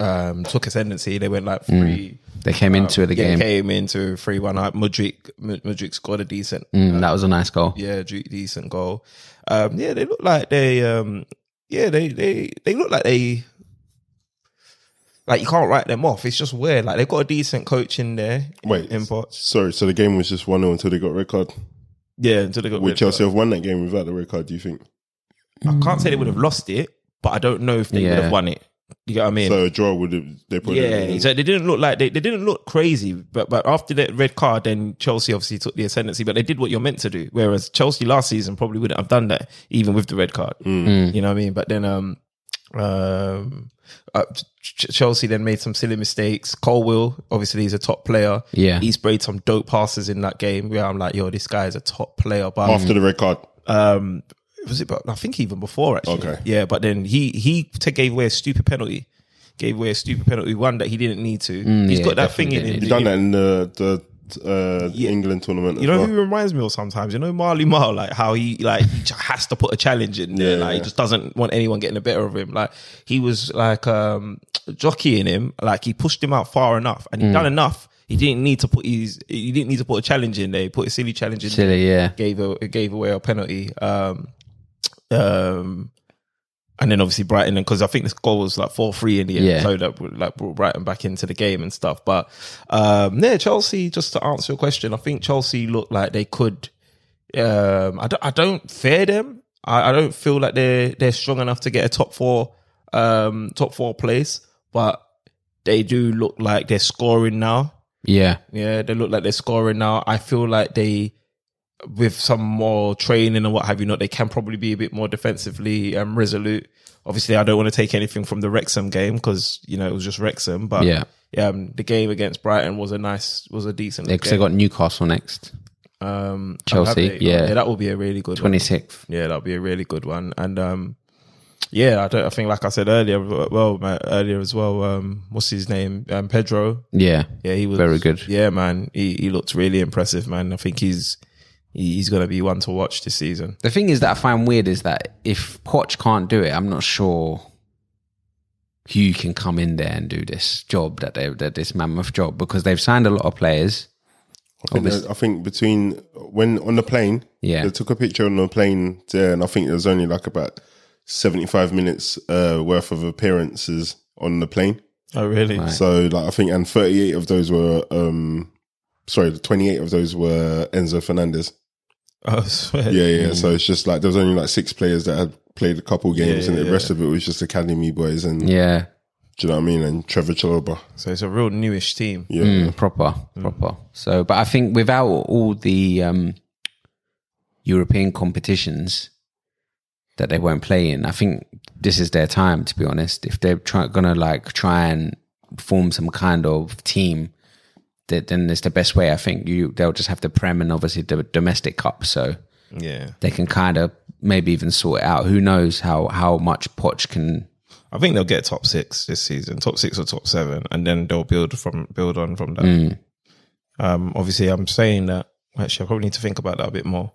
um, took ascendancy. They went like three. They came into the Oh, yeah, game. came into three one. Like Mudrick, Mu- Mudrick scored a decent, Mm, that was a nice goal. yeah, d- decent goal. Um, yeah, they look like they, um, yeah, they, they, they look like they. Like you can't write them off. It's just weird. Like they've got a decent coach in there. Wait. in parts. Sorry, so the game was just 1 0 until they got red card. Yeah, until they got Would rid of- Chelsea have won that game without the red card, do you think? I can't say they would have lost it, but I don't know if they would Yeah. have won it. You get what I mean? So a draw would have. They probably Yeah, so they didn't look like they, they didn't look crazy, but but after that red card, then Chelsea obviously took the ascendancy. But they did what you're meant to do. Whereas Chelsea last season probably wouldn't have done that, even with the red card. You know what I mean? But then um um uh, Ch- Ch- Chelsea then made some silly mistakes. Colwell, obviously, he's a top player. Yeah. he sprayed some dope passes in that game. Where I'm like, yo, this guy is a top player. But After the red card. um was it but I think even before actually. Okay. Yeah, but then he he t- gave away a stupid penalty. Gave away a stupid penalty, one that he didn't need to. He's Mm, yeah, got that thing in definitely him. He done that in the, the uh, Yeah. England tournament. You as know well. who he reminds me of sometimes? You know Marley Marl, like how he like he j- has to put a challenge in there. Yeah, like yeah. he just doesn't want anyone getting the better of him. Like he was like um jockeying him, like he pushed him out far enough and Mm. he done enough. He didn't need to put his he didn't need to put a challenge in there. He put a silly challenge in there. Silly, yeah. gave a, gave away a penalty. Um, um, and then obviously Brighton, because I think this goal was like four three in the end, Yeah. so that like brought Brighton back into the game and stuff. But um, yeah, Chelsea. Just to answer your question, I think Chelsea looked like they could. Um, I don't, I don't fear them. I, I don't feel like they're they're strong enough to get a top four um, top four place, but they do look like they're scoring now. Yeah. Yeah, they look like they're scoring now. I feel like they, with some more training and what have you not, they can probably be a bit more defensively um, resolute. Obviously, I don't want to take anything from the Wrexham game because you know it was just Wrexham, but Yeah. um, the game against Brighton was a nice, was a decent. Because they game. got Newcastle next, um, Chelsea, have they? yeah. that will be a really good one. 26th. Yeah, that'll be a really good one. And um, yeah, I don't. I think like I said earlier, well, my- earlier as well. Um, what's his name? Um, Pedro. Yeah. Yeah, he was Very good. Yeah, man, he he looked really impressive, man. I think he's he- he's gonna be one to watch this season. The thing is that I find weird is that if Poch can't do it, I'm not sure Hugh can come in there and do this job that they that this mammoth job because they've signed a lot of players. I think, that- I think between when on the plane, Yeah. they took a picture on the plane there, and I think there was only like about seventy-five minutes uh, worth of appearances on the plane. Oh, really? So, like, I think, and thirty-eight of those were, um sorry, twenty-eight of those were Enzo Fernandez. I swear. Yeah, yeah. So it's just like there was only like six players that had played a couple games, Mm. Yeah, and the yeah. rest of it was just academy boys, and Yeah. do you know what I mean? And Trevor Chalobah. So it's a real newish team. Yeah, Mm, proper, proper. So, but I think without all the um, European competitions that they won't play in, I think this is their time. To be honest, if they're try- gonna like try and form some kind of team, that then it's the best way. I think you they'll just have the Prem and obviously the domestic cup, so Yeah, they can kind of maybe even sort it out. Who knows how how much Poch can. I think they'll get top six this season, top six or top seven, and then they'll build from build on from that. Mm. Um, obviously, I'm saying that. Actually, I probably need to think about that a bit more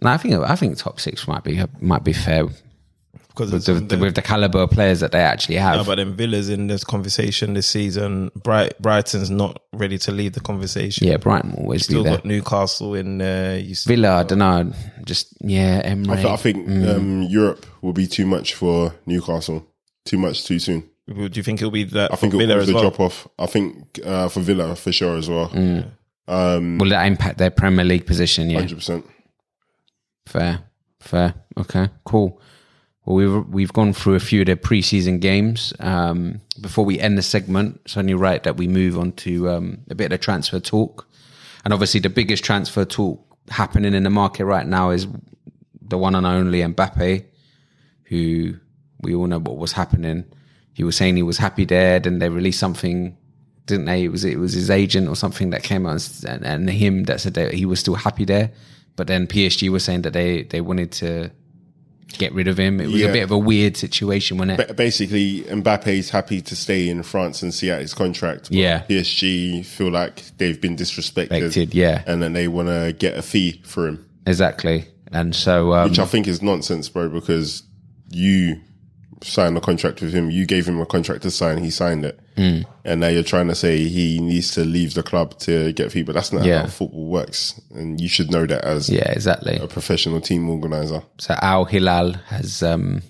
No, I think I think top six might be might be fair because with it's the, with the caliber of players that they actually have. about them Villa's in this conversation this season. Bright Brighton's not ready to leave the conversation. Yeah, Brighton will always Still be there. got Newcastle in there. You still Villa, I don't know. Just yeah, I, Emre. th- I think Mm. um, Europe will be too much for Newcastle. Too much too soon. Do you think it'll be that? I think for it Villa was as the well? Mm, drop off. I think uh, for Villa for sure as well. Um, Will that impact their Premier League position? Yeah, hundred percent. fair, fair. Okay, cool. Well, we've we've gone through a few of their preseason games. Um, before we end the segment, it's only right that we move on to um, a bit of the transfer talk. And obviously, the biggest transfer talk happening in the market right now is the one and only Mbappe, who we all know what was happening. He was saying he was happy there, then they released something, didn't they? It was it was his agent or something that came out and s- and, and him that said that he was still happy there. But then PSG was saying that they they wanted to get rid of him. It was a Yeah. bit of a weird situation, wasn't it? Ba- Basically, Mbappe's happy to stay in France and see out his contract. but Yeah. PSG feel like they've been disrespected. Respected, yeah. And then they want to get a fee for him, Exactly. And so um, which I think is nonsense, bro, because you signed a contract with him. You gave him a contract to sign. He signed it. Hmm. And now you're trying to say he needs to leave the club to get fee, but that's not Yeah. how football works. And you should know that as yeah, exactly. a professional team organizer. So Al Hilal has um,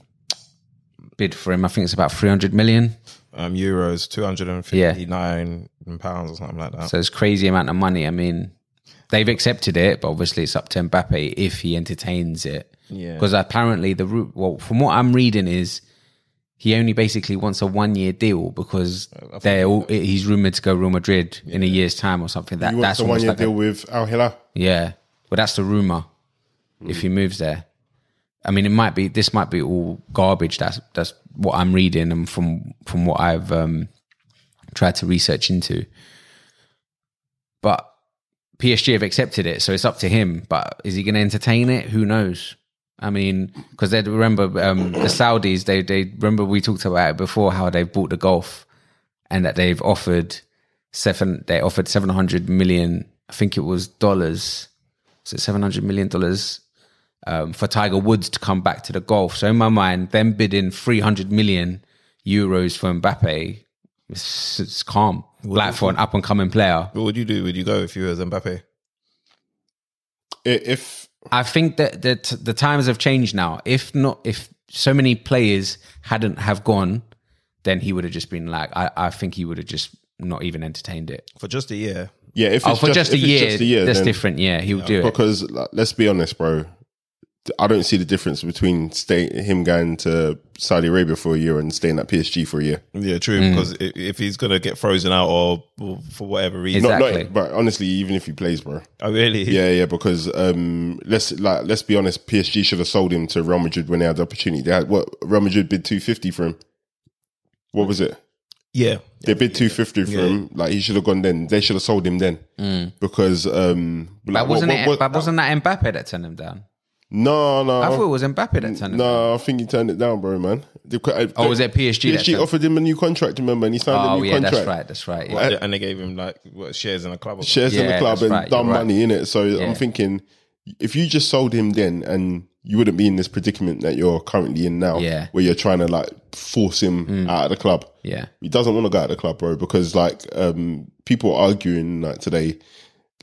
bid for him. I think it's about three hundred million. um, euros, two hundred and fifty nine pounds or something like that. So it's crazy amount of money. I mean, they've accepted it, but obviously it's up to Mbappe if he entertains it. Yeah. Because apparently the root, well, from what I'm reading is he only basically wants a one year deal because they're all, he's rumored to go Real Madrid in a year's time or something. That You want that's the one almost you like a- deal with Al Hilal? Yeah. Well, that's the rumor. If he moves there, I mean, it might be. This might be all garbage. That's that's what I'm reading and from from what I've um, tried to research into. But PSG have accepted it, so it's up to him. But is he going to entertain it? Who knows? I mean, because they remember um, the Saudis. They they remember we talked about it before how they bought the Gulf and that they've offered seven they offered 700 million i think it was dollars so 700 million dollars um, for tiger woods to come back to the golf so in my mind them bidding 300 million euros for mbappe it's, it's calm like for an up and coming player What would you do? Would you go if you were Mbappe? I- If I think that that the times have changed now. If not, if so many players hadn't have gone, then he would have just been like, I, I think he would have just not even entertained it. For just a year. yeah, if Oh, it's for just, a if it's year, just a year, that's then- different. Yeah, he'll do it. Because like, let's be honest, bro. I don't see the difference between stay, him going to Saudi Arabia for a year and staying at PSG for a year. Yeah, true. Mm. Because if, if he's gonna get frozen out or, or for whatever reason, Not, Exactly. not, but honestly, even if he plays, bro. oh really? Yeah, yeah. Because um, let's like let's be honest. PSG should have sold him to Real Madrid when they had the opportunity. They had what Real Madrid bid two fifty for him. What was it? yeah. They bid two fifty for him. Like he should have gone then. They should have sold him then because um, like, Mm. But wasn't what- it? what- but wasn't that Mbappe that turned him down? no, no. I thought it was Mbappe that turned him. down. No, I think he turned it down, bro, man. uh, They- Oh, was it PSG that PSG turned- offered him a new contract, remember, and he signed a Oh new yeah, contract. that's right. That's right. Yeah. And they gave him like what, shares in a club. Or Shares in Yeah, the club that's and right, dumb you're right. money in it. So Yeah. I'm thinking, if you just sold him then, and you wouldn't be in this predicament that you're currently in now, Yeah. Mm. where you're trying to like force him out of the club. Yeah. He doesn't want to go out of the club, bro, because like um, people are arguing like today,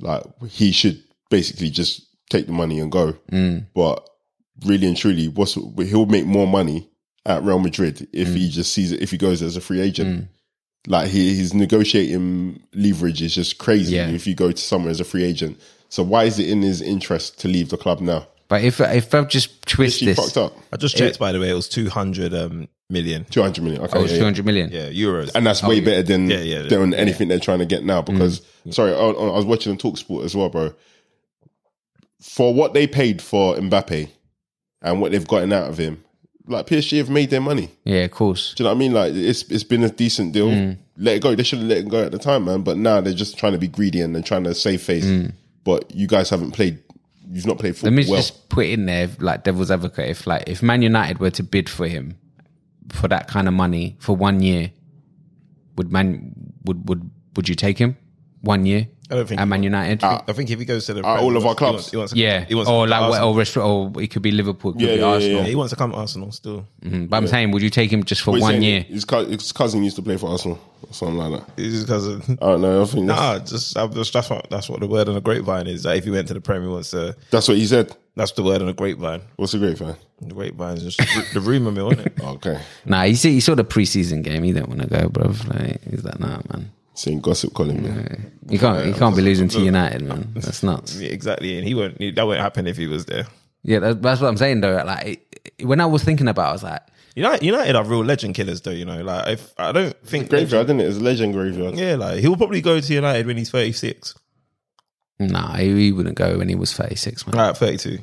like he should basically just take the money and go. Mm. But really and truly, what's he'll make more money at Real Madrid if Mm. he just sees it if he goes as a free agent. Like he, his negotiating leverage is just crazy Yeah. if you go to somewhere as a free agent. So why is it in his interest to leave the club now? But if if I've just twist She this, oh, fucked up I just checked, by the way, it was two hundred um, million. two hundred million. Okay, oh, it's yeah, yeah. two hundred million. Yeah, euros. and that's way better than Yeah, yeah, yeah. than anything they're trying to get now. Because sorry, I, I was watching Talk Sport as well, bro. For what they paid for Mbappe and what they've gotten out of him, like PSG have made their money. Yeah, of course. Do you know what I mean? Like it's it's been a decent deal. Let it go. They should have let it go at the time, man. But now they're just trying to be greedy and they're trying to save face. But you guys haven't played. You've not played Let me football well. just put in there, like devil's advocate, if like if Man United were to bid for him for that kind of money for one year, would Man would would would you take him one year I don't think at Man United? Uh, I think if he goes to the all of our clubs? he wants, he yeah, wants, he wants or to come like to what- Arsenal. or, restri- or it could be Liverpool, it could Yeah, be yeah, yeah, Arsenal. Yeah, he wants to come to Arsenal still. Mm, But I'm saying, would you take him just for He's one saying year? his, cou- his cousin used to play for Arsenal or something like that. It's just because of I don't know. I think that's, nah, just, uh, I'm just that's what that's what the word on the grapevine is. Like if he went to the Premier, he wants to. that's what he said. That's the word on the grapevine. What's a great fan? The grapevine's just the rumor mill, isn't it? Okay. Nah, he see, he saw the preseason game. He didn't want to go, bro. Like, he's like, nah, man. Saying gossip column. Yeah. You can't you can't be losing to United, man. That's nuts. Yeah, exactly. And he won't. That won't happen if he was there. Yeah, that, that's what I'm saying though. Like it- it- when I was thinking about, it, I was like, United, United are real legend killers, though. You know, like if I don't think, Graveyard, isn't it? It's legend graveyard. yeah, like he'll probably go to United when he's thirty six, nah, he, he wouldn't go when he was 36, man. like thirty two.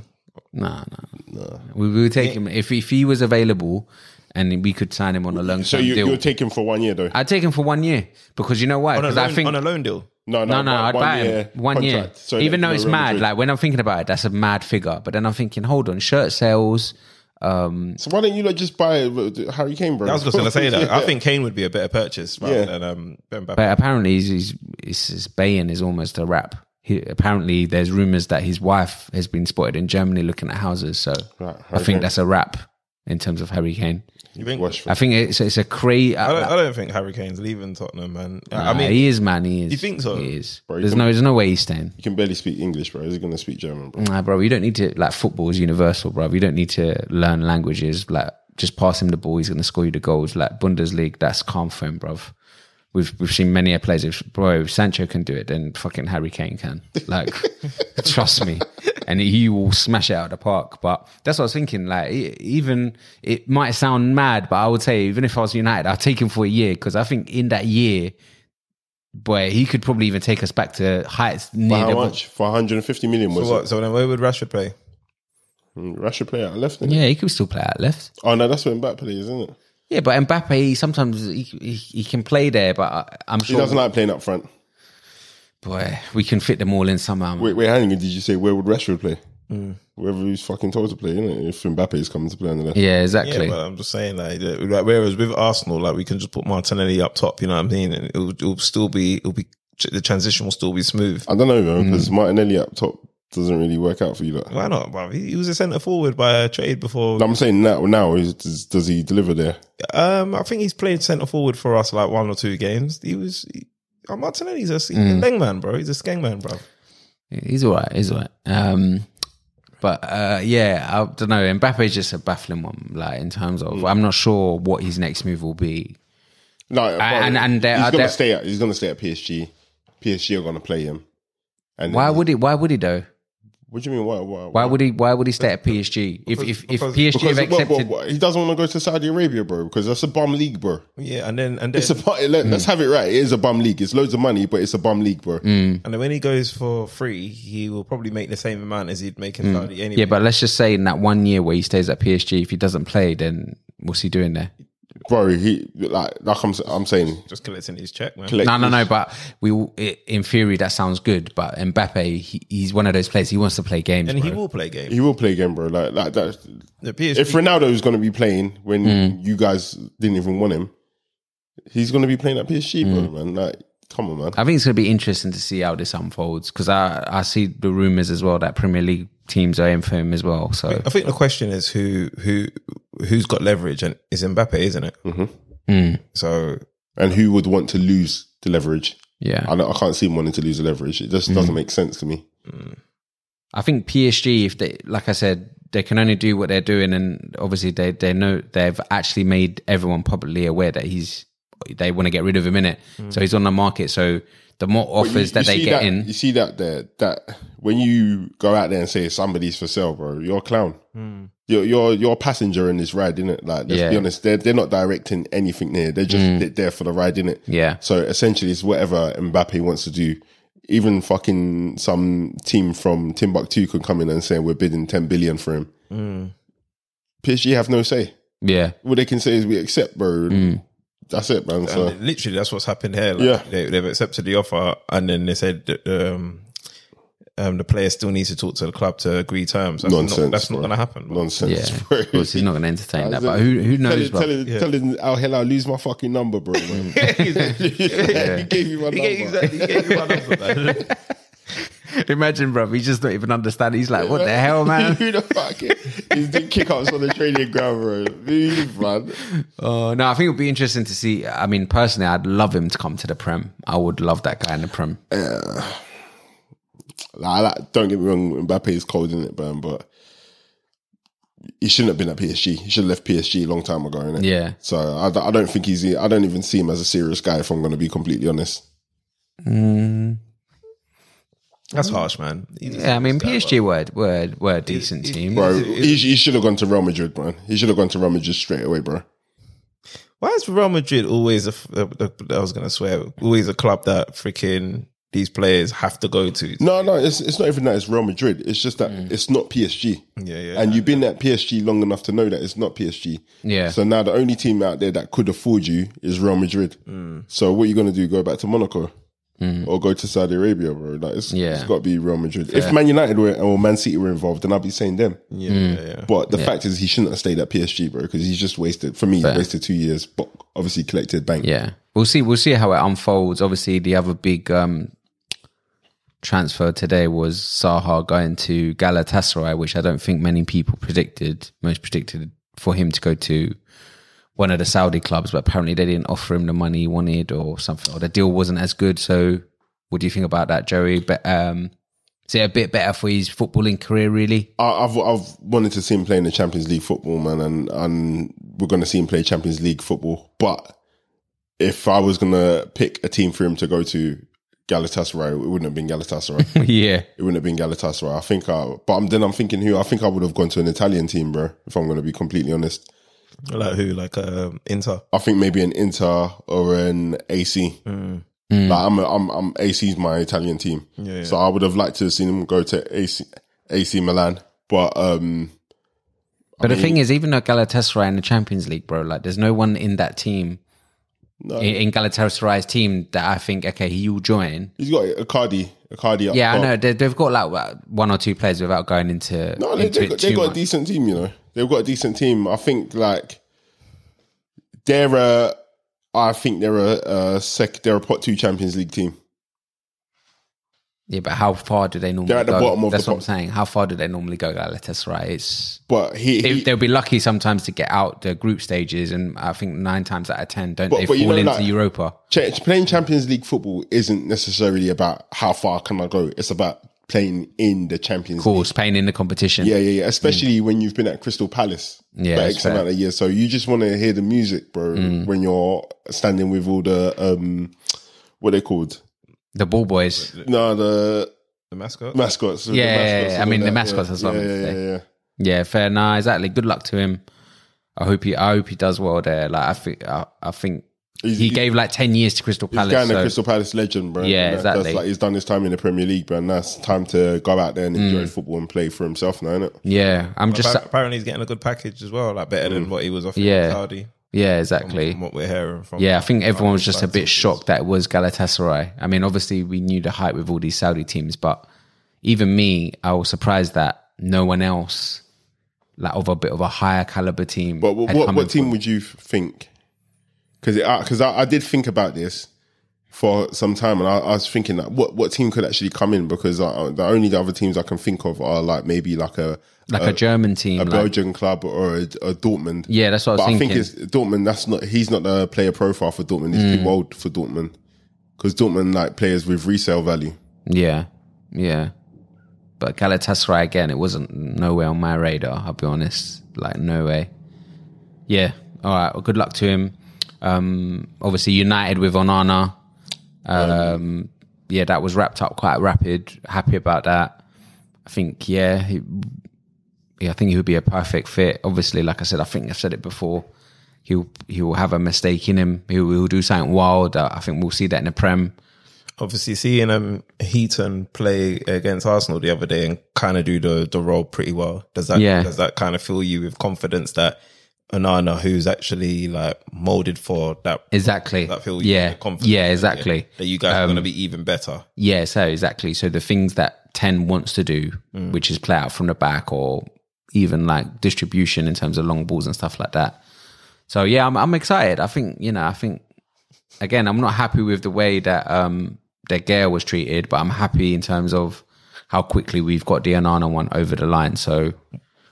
Nah, nah, We, we would take him if if he was available, and we could sign him on a long term So you, deal. you'll take him for one year though. I'd take him for one year because you know why? On a Because I loan, think on a loan deal. No, No, no, no, one- I'd one buy him one year. contract. So Even that though he's not it's Real mad, Madrid. like when I'm thinking about it, that's a mad figure. But then I'm thinking, hold on, shirt sales. Um, so why don't you like just buy uh, Harry Kane, bro? I was just gonna say that. I think Kane would be a better purchase rather Yeah. than um, Ben Mbappe. but apparently, he's, he's, his, his Bayin is almost a wrap. He, apparently, there's rumors that his wife has been spotted in Germany looking at houses. So Right, I Harry think Kane. that's a wrap in terms of Harry Kane. You think? Watch I think it's it's a crazy. I don't, I don't think Harry Kane's leaving Tottenham, man. I- I I mean, mean, he is man. He is. you think so? He is. Bro, you there's can- no there's no way he's staying. you can barely speak English, bro. He's gonna speak German, bro. Nah, bro, you don't need to like football is universal, bro. You don't need to learn languages. Like, just pass him the ball, he's gonna score you the goals. Like Bundesliga, that's calm for him, bro. We've we've seen many a players. If bro, if Sancho can do it, then fucking Harry Kane can. Like, trust me, and he will smash it out of the park. But that's what I was thinking. Like, e- even it might sound mad, but I would say even if I was United, I'd take him for a year because I think in that year. Boy, he could probably even take us back to heights For near how the much? For 150 million was so what? So then where would Rashford play? it? Mm, Rashford play out left. innit? Yeah, he could still play out left. Oh no, that's where Mbappe plays, isn't it? Yeah, but Mbappe he sometimes he, he, he can play there, but I, I'm He sure doesn't like playing up front. boy, we can fit them all in somehow. Wait, wait, hang on. Did you say where would Rashford play? Mm. Wherever he's fucking told to play, innit? If Mbappe is coming to play on the left, Yeah, Yeah, exactly. but I'm just saying, like, the- like, whereas with Arsenal, like, we can just put Martinelli up top, you know what I mean? And it'll, it'll still be, it'll be, the transition will still be smooth. I don't know, man, Mm. because Martinelli up top doesn't really work out for you. Like. Why not, bruv? He, he was a centre forward by trade before. I'm saying now, now is, does, does he deliver there? Um, I think he's played centre forward for us like one or two games. He was, he, oh, Martinelli's a, he's Mm. a leng man, bro. He's a skeng man, bro. He's all right. He's all right. Um, but uh, yeah, I don't know. Mbappe is just a baffling one. Like in terms of, Mm. I'm not sure what his next move will be. No, Uh, and- and there- he's are gonna there- stay at he's gonna stay at PSG. PSG are gonna play him. And Why then- would he? Why would he though? What do you mean? Why? Why? Why would he? Why would he stay at PSG? If if if PSG have Because- well, well, accepted, well, he doesn't want to go to Saudi Arabia, bro, because that's a bum league, bro. Yeah, and then and then It's a bu- let, let's Mm. have it right. It is a bum league. It's loads of money, but it's a bum league, bro. and then when he goes for free, he will probably make the same amount as he'd make in Saudi anyway. Mm. yeah, but let's just say in that one year where he stays at PSG, if he doesn't play, then what's he doing there? Bro, he like like I'm s- I'm saying. just collecting his check, man. Collect No, no, no. But we, i- in theory, that sounds good. But Mbappe, he, he's one of those players. He wants to play games. and he bro. will play games. He will play again, bro. Like like that. The PSG, If Ronaldo is going to be playing when Mm. you guys didn't even want him, he's going to be playing at PSG, Mm. bro, man. Like, come on, man. I think it's going to be interesting to see how this unfolds because I, I see the rumors as well that Premier League teams are in for him as well. So I think the question is who who who's got leverage, and it's Mbappe, isn't it? Mm-hmm. So And who would want to lose the leverage? yeah, I, don't- I can't see him wanting to lose the leverage. It just doesn't make sense to me. I think PSG, if they, like I said, they can only do what they're doing, and obviously they they know they've actually made everyone publicly aware that he's they want to get rid of him in it. So he's on the market. So the more But Mm. you- offers that you they see get that, in, You see that there that when you go out there and say somebody's for sale, bro, you're a clown. You're you're you're a passenger in this ride, innit? Like let's Yeah. Hmm. be honest, they're they're not directing anything there. They're just there for the ride, innit? Yeah. So essentially it's whatever Mbappe wants to do. Even fucking some team from Timbuktu could come in and say we're bidding ten billion for him. PSG have no say. yeah. All they can say is we accept, bro. Mm. That's it, man. So And literally, that's what's happened here. Like, Yeah. they, they've accepted the offer, and then they said that, um, um, the player still needs to talk to the club to agree terms. That's Not, Nonsense, that's not bro. going to happen. bro. nonsense, Yeah, bro. of course he's not going to entertain that. But who who knows? Tell, bro? him, tell him, Al Hilal, lose my fucking number, bro. man. He gave you my number. Exactly. He gave you my number, man. Imagine, bro. He just not even understand. He's like, what the hell, man? Who the fuck? He's doing kick-ups on the training ground, bro. Leave, man. Oh no, I think it'd be interesting to see. I mean, personally, I'd love him to come to the prem. I would love that guy in the prem. Like, like, don't get me wrong, Mbappe is cold in it, man, but he shouldn't have been at PSG. He should have left PSG a long time ago, innit? Yeah. So I, d- I don't think he's. I don't even see him as a serious guy. If I'm going to be completely honest, That's harsh, man. He just- Yeah, I mean PSG word word word decent team. bro. He, he should have gone to Real Madrid, man. He should have gone to Real Madrid straight away, bro. Why is Real Madrid always a? f- a- a- I was gonna swear, always a club that freaking these players have to go to. No, no, it's it's not even that it's Real Madrid. It's just that it's not PSG. Mm. Yeah, yeah. And you've been at PSG long enough to know that it's not PSG. Yeah. So now the only team out there that could afford you is Real Madrid. Mm. So what are you going to do? Go back to Monaco or go to Saudi Arabia, bro? Like it's, Yeah. it's got to be Real Madrid. If Man United were or Man City were involved, then I'd be saying them. Mm. yeah, yeah, yeah. But the fact is, he shouldn't have stayed at PSG, bro, because he's just wasted. For me, he wasted two years, but obviously collected bank. Yeah, we'll see. We'll see how it unfolds. Obviously, the other big um, transfer today was Saha going to Galatasaray, which I don't think many people predicted. Most predicted for him to go to one of the Saudi clubs, but apparently they didn't offer him the money he wanted or something, or the deal wasn't as good. So, what do you think about that, Joey? But um, is it a bit better for his footballing career, really? I- I've I've wanted to see him play in the Champions League football, man, and and we're gonna see him play Champions League football. But if I was gonna pick a team for him to go to Galatasaray, it wouldn't have been Galatasaray. it yeah, wouldn't have been Galatasaray. I think I, but I'm, then I'm thinking who I think I would have gone to an Italian team, bro. If I'm gonna be completely honest, Like who? Like um, Inter. I think maybe an Inter or an AC. Like I'm, a, I'm, I'm AC's my Italian team, Mm. Yeah, yeah. so I would have liked to have seen him go to AC, AC Milan, but um. but the thing is, even though Galatasaray in the Champions League, bro, like there's no one in that team No, in, in Galatasaray's team that I think okay he'll join. He's got Icardi. Icardi. Up Yeah, I top. know they, they've got like what, one or two players without going into No, they, into they it got, too they got a much. decent team. You know, they've got a decent team. I think like they're a. I think they're a, a sec. They're a pot two Champions League team. yeah, but how far do they normally? They're at the go? bottom of That's the what I'm saying. How far do they normally go, Galatasaray? It's But he, they, he they'll be lucky sometimes to get out the group stages, and I think nine times out of ten don't But- they but fall you know, into like- Europa? ch- playing Champions League football isn't necessarily about how far can I go. It's about playing in the Champions Cool, Spain in the competition. Yeah, yeah, yeah. Especially when you've been at Crystal Palace Yeah, for that's X fair. Mm. amount of years. So you just want to hear the music, bro, when you're standing with all the um what they called? The ball boys. No, the The mascot. mascots. Yeah, the yeah, yeah. and I mean, all the that, mascots, yeah. that's what I yeah, meant to yeah, say. yeah, yeah. Yeah, fair. Nah, exactly. Good luck to him. I hope he. I hope he does well there. Like I think. I, I think He's- he he's- gave like ten years to Crystal He's Palace. kind of so- Crystal Palace legend, bro. Yeah, And that- that's exactly. like he's done his time in the Premier League, bro. And that's time to go out there and Mm. enjoy football and play for himself now, innit? yeah, I'm just. Mm. Appa- Apparently, he's getting a good package as well, like better than what he was offering Yeah. Saudi. Yeah, exactly. From what we're hearing from. Yeah, I think everyone was just a bit shocked that it was Galatasaray. I mean, obviously we knew the hype with all these Saudi teams, but even me, I was surprised that no one else, like of a bit of a higher caliber team, But what, had what, come in what team for- would you think? Because because I, I did think about this for some time, and I, I was thinking that what what team could actually come in because I, the only other teams I can think of are like maybe like a like a, German team? uh, a like- Belgian club or a, a Dortmund. yeah, that's what I was but I thinking. think it's Dortmund. That's not he's not the player profile for Dortmund. He's Hmm. too old for Dortmund because Dortmund like players with resale value. yeah, yeah. But Galatasaray again, it wasn't nowhere on my radar. I'll be honest, like no way. Yeah. All right. Well, good luck to him. Um, obviously, United with Onana. Um, yeah, that was wrapped up quite rapid. Happy about that. I think, yeah, he, yeah, I think he would be a perfect fit. Obviously, like I said, I think I've said it before. He'll he will have a mistake in him. He will do something wild. I I think we'll see that in the prem. Obviously, seeing um Heaton play against Arsenal the other day and kind of do the the role pretty well. Does that Yeah. does that kind of fill you with confidence that Anana, who's actually like molded for that, Exactly. that fill you yeah. with confidence? Yeah. Exactly. Um, That you guys are going to be even better. Yeah, so exactly. So the things that 10 wants to do, Mm. which is play out from the back or even like distribution in terms of long balls and stuff like that. So yeah, I'm I'm excited. I think, you know, I think again, I'm not happy with the way that um that Gale was treated, but I'm happy in terms of how quickly we've got the Onana one over the line. So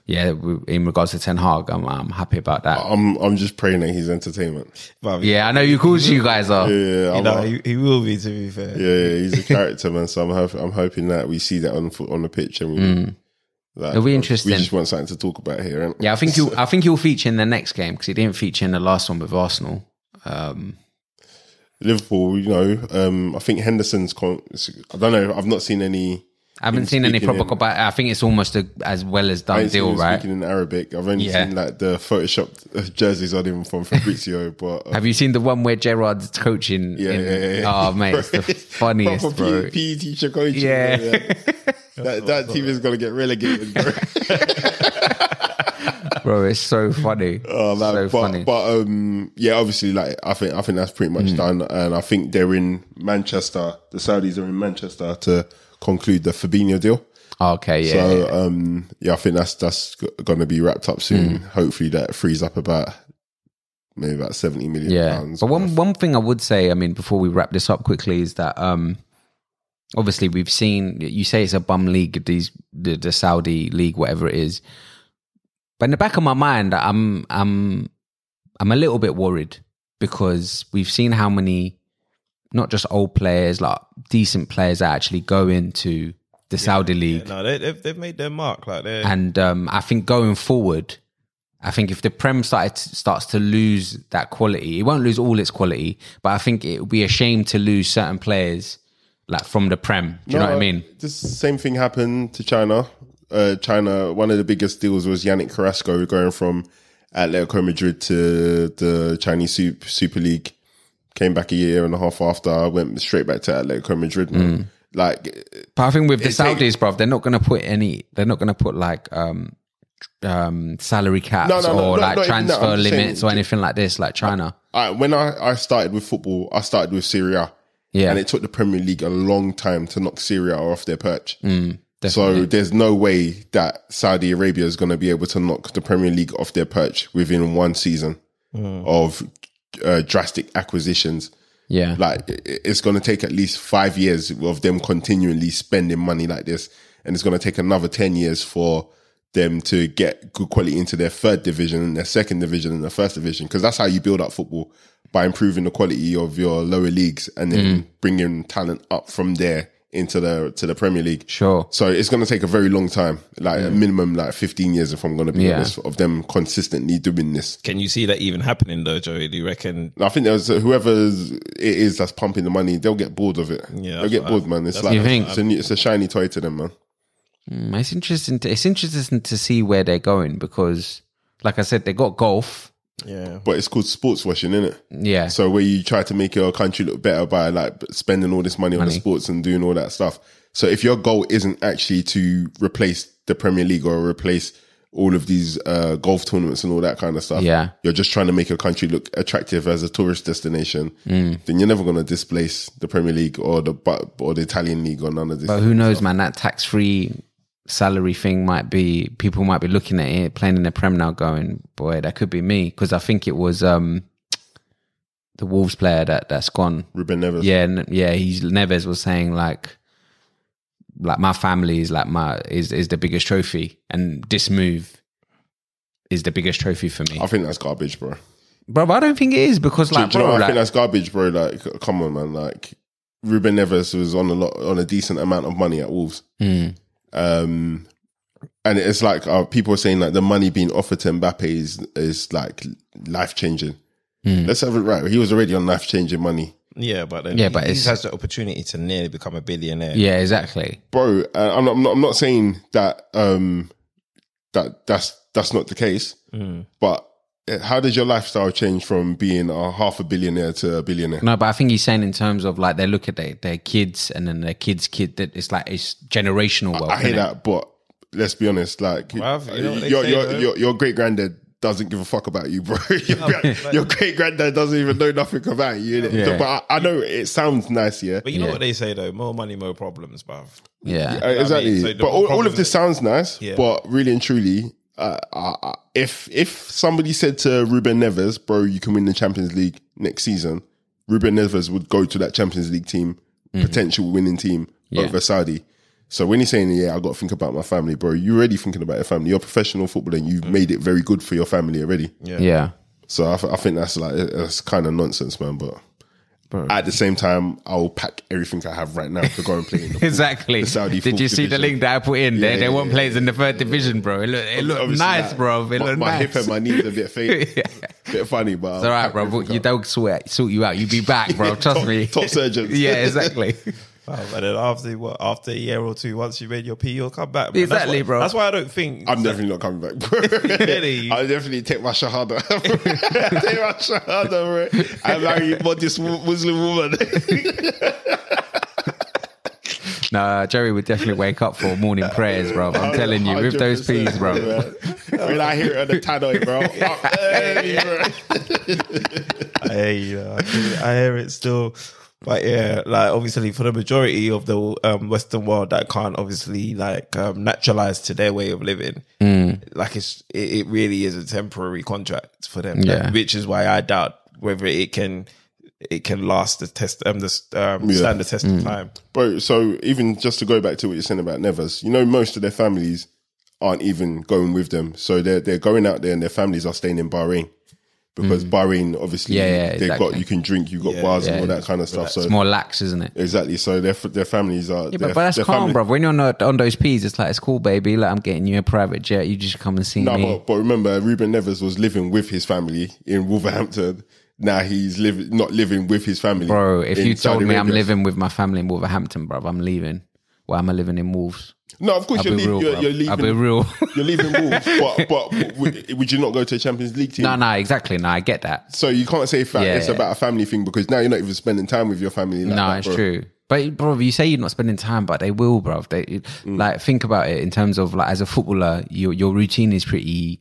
yeah, we- in regards to Ten Hag, I'm I'm happy about that. Oh, I'm I'm just praying that he's entertainment. But yeah, I know you calls you guys are. Yeah, you I'm, know, he, he will be to be fair. yeah, yeah, he's a character man. So I'm hop- I'm hoping that we see that on fo- on the pitch and we. Like, Hmm. It'll be We interesting. just want something to talk about here. innit? Yeah, I think you. I think he'll feature in the next game because he didn't feature in the last one with Arsenal. Um, Liverpool, you know, um, I think Henderson's. Con- I don't know. I've not seen any. I haven't him seen any speaking proper. in- But I think it's almost a, as well as I done ain't seen deal, him right? Speaking in Arabic, I've only Yeah. seen like the photoshopped uh, jerseys on him from Fabrizio. but uh, Have you seen the one where Gerard's coaching? yeah, in- yeah, yeah, yeah. Oh, mate, it's the funniest, Proper bro. P- PE teacher coaching. Yeah. that that team is gonna get relegated. Bro. Bro, it's so funny. Oh, man, but so funny. Hmm. but um, yeah, obviously, like I think I think that's pretty much done, and I think they're in Manchester. The Saudis are in Manchester to conclude the Fabinho deal. okay, yeah. yeah. so um, yeah, I think that's that's going to be wrapped up soon. Hmm. Hopefully, that frees up about maybe about seventy million yeah pounds. but one one thing i would say i mean before we wrap this up quickly is that um obviously we've seen you say it's a bum league these the, the saudi league whatever it is but in the back of my mind i'm i'm i'm a little bit worried because we've seen how many not just old players like decent players that actually go into the saudi league No, they, they've they've made their mark. Like they and um, I think going forward, I think if the Prem started starts to lose that quality, it won't lose all its quality, but I think it would be a shame to lose certain players like from the Prem. Do you know what I mean? The uh, same thing happened to China. Uh, China, one of the biggest deals was Yannick Carrasco going from Atletico Madrid to the Chinese Super, Super League. Came back a year and a half after, went straight back to Atletico Madrid. man. Mm. Like, But I think with the It's like- Saudis, bruv, they're not going to put any. They're not going to put like um, um, salary caps No, no, no, or no, like no, even that, transfer I'm just saying- limits or anything like this, like China. I, when I, I started with football, I started with Syria. Yeah. And it took the Premier League a long time to knock Syria off their perch. so Mm, definitely. there's no way that Saudi Arabia is going to be able to knock the Premier League off their perch within one season of uh, drastic acquisitions. yeah, Like i- i- it's going to take at least five years of them continually spending money like this, and it's going to take another ten years for them to get good quality into their third division and their second division and their first division because that's how you build up football by improving the quality of your lower leagues and then bringing talent up from there into the to the Premier League. sure. So it's going to take a very long time, like a minimum like 15 years if I'm going to be Yeah. honest of them consistently doing this. can you see that even happening though, Joey? Do you reckon? I think there's whoever it is that's pumping the money, they'll get bored of it. Yeah, they'll get I- bored, man. It's that's like You think? it's a, new, it's a shiny toy to them, man. Mm, It's interesting. To, it's interesting to see where they're going because, like I said, they got golf. Yeah, But it's called sports washing, isn't it? Yeah, So where you try to make your country look better by like spending all this money, on the sports and doing all that stuff. So if your goal isn't actually to replace the Premier League or replace all of these uh, golf tournaments and all that kind of stuff, Yeah. you're just trying to make your country look attractive as a tourist destination. Mm. Then you're never going to displace the Premier League or the bu- or the Italian league or none of this. But who knows, man? That tax free salary thing might be people might be looking at it, playing in the Prem now, going, boy, that could be me because I think it was um the Wolves player that that's gone. Ruben Neves. Yeah, n- yeah. He's Neves was saying like, like my family is like my is is the biggest trophy, and this move is the biggest trophy for me, I think that's garbage, bro. bro. I don't think it is because like, Do you know bro, what? I like- think that's garbage, bro. Like, c- come on, man. Like, Ruben Neves was on a lot, on a decent amount of money at Wolves. Mm. Um, and it's like uh, people are saying like the money being offered to Mbappe is is like life changing. Hmm. Let's have it right. He was already on life changing money, yeah, but then Yeah, but he it's- has the opportunity to nearly become a billionaire. yeah, exactly. bro. Uh, I'm, not, I'm not I'm not saying that um that that's that's not the case, Hmm. but uh, how does your lifestyle change from being a half a billionaire to a billionaire? No, but I think he's saying in terms of like they look at their, their kids and then their kids' kid that it's like it's generational wealth. I hear innit? that, but let's be honest, like Bruv, you know what they your, say, your, though? your, your great granddad doesn't give a fuck about you, bro. your, gran- your great granddad doesn't even know nothing about you. innit? Yeah. But I, I know it sounds nice, yeah. But you know Yeah. what they say though: more money, more problems, bruv. Yeah. Uh, exactly. mean, so the but all, all of problem this is- sounds nice, Yeah. but really and truly, uh, uh, uh, if if somebody said to Ruben Neves, "Bro, you can win the Champions League next season," Ruben Neves would go to that Champions League team, Mhm. potential winning team over Saudi. So when he's saying, "Yeah, I got to think about my family," bro, you're already thinking about your family. You're a professional footballer, and you've Mm-hmm. made it very good for your family already. Yeah. So I, th- I think that's like that's kind of nonsense, man. But at the same time, I'll pack everything I have right now to go and play in the pool. Exactly. The Saudi Did you fourth see the division. link that I put in? they Yeah, they yeah, weren't yeah, players in the third division, bro. It looked, it looked Obviously, nice, like, bro. It my, looked my nice. hip and my knees are a bit faint. Yeah. Bit funny, but It's all right, bro. But your dog sort, sort you out. You'll be back, bro. Trust top- me. top surgeons. yeah, exactly. Wow, but then after what? After a year or two, once you made your P, you'll come back. man. Exactly, that's why, bro. That's why I don't think. I'm definitely not coming back. bro. Really? I'll definitely take my shahada. take my shahada, bro. I marry modest mu- Muslim woman. No, Jerry would definitely wake up for morning prayers, bro. I'm telling you, with those 100%, peas, bro. man. when I hear it on the tannoy, bro. fuck, hey, bro. Hey, you know, I, hear- I hear it still. But yeah, like obviously for the majority of the um, Western world that can't obviously like um, naturalize to their way of living, like it's it, it really is a temporary contract for them. Yeah. which is why I doubt whether it can it can last the test um the um, Yeah. stand the test of time. Bro, so even just to go back to what you're saying about Nevers, you know, most of their families aren't even going with them. So they're, they're going out there and their families are staying in Bahrain. Because Bahrain, obviously, Mm. Yeah, yeah, they've got exactly. you can drink, you've got bars and yeah. all that kind of stuff. So It's more lax, isn't it? Exactly. So their their families are. Yeah, their, but, but that's their calm, family- bro. When you're not on those peas, it's like it's cool, baby. Like I'm getting you a private jet. You just come and see No, me. but, but remember, Ruben Nevers was living with his family in Wolverhampton. Now he's living not living with his family, Bro, if in you told Saudi me I'm Arabia. living with my family in Wolverhampton, bro, I'm leaving. Why am I living in Wolves? no, of course I'll you're, be leaving real, you're, bro. you're I'll be leaving. real. You're leaving Wolves, but but would, would you not go to a Champions League team? no, no, exactly. No, I get that. So you can't say fa- Yeah, it's yeah. about a family thing because now you're not even spending time with your family. Like no, that, it's bro. true. But bro, you say you're not spending time, but they will, bro. They Mm. like think about it in terms of like as a footballer, your your routine is pretty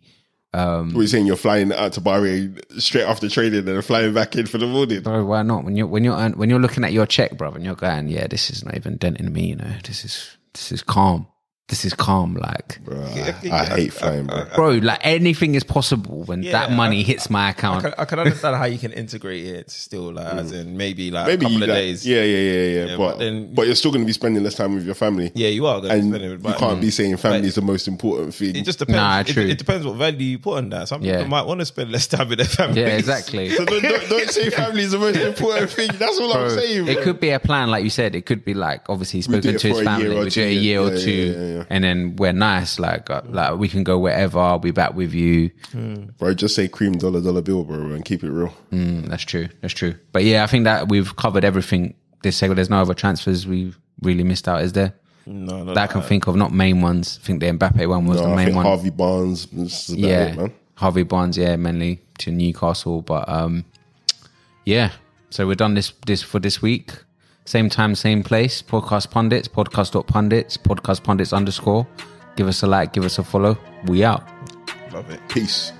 What you're saying, you're flying out to Bahrain straight after training and flying back in for the morning. Bro, why not? When you're when you're when you're looking at your check, bro, and you're going, yeah, this is not even denting me. You know, this is this is calm. This is calm, like Bro, I, I hate flying, bro. bro. Like anything is possible when that I- money hits my I account. can, I can understand how you can integrate it still, like as in maybe like Maybe a Mm. couple you of like- days. Yeah, yeah, yeah, yeah. but but then- but you're still going to be spending less time with your family. yeah, you are. Gonna and spend it, you but- can't be saying family is the most important thing. It just depends. Nah, it, true. it depends what value you put on that. Some Yeah. people might want to spend less time with their family. yeah, exactly. so don't, don't, don't say family is the most important thing. That's all I'm saying. It bro. could be a plan, like you said. It could be like obviously he's We do spoken it to his for a family. year or We do it two, a yeah. year or Yeah, yeah, two, yeah, yeah. and then we're nice. Like uh, like we can go wherever. I'll be back with you. Hmm. bro, just say cream dollar dollar bill, bro, and keep it real. Mm, that's true. That's true. But yeah, I think that we've covered everything this segment. There's no other transfers we really missed out, is there? No, no, that I can think of, not main ones. I think the Mbappe one was No, the I main think one. Harvey Barnes. This is about yeah, it, man. Harvey Barnes, yeah, mainly to Newcastle, but um, yeah. So we're done this this for this week. Same time, same place. Podcast pundits, podcast.pundits, podcast pundits underscore. Give us a like, give us a follow. We out. no. Love it. Peace.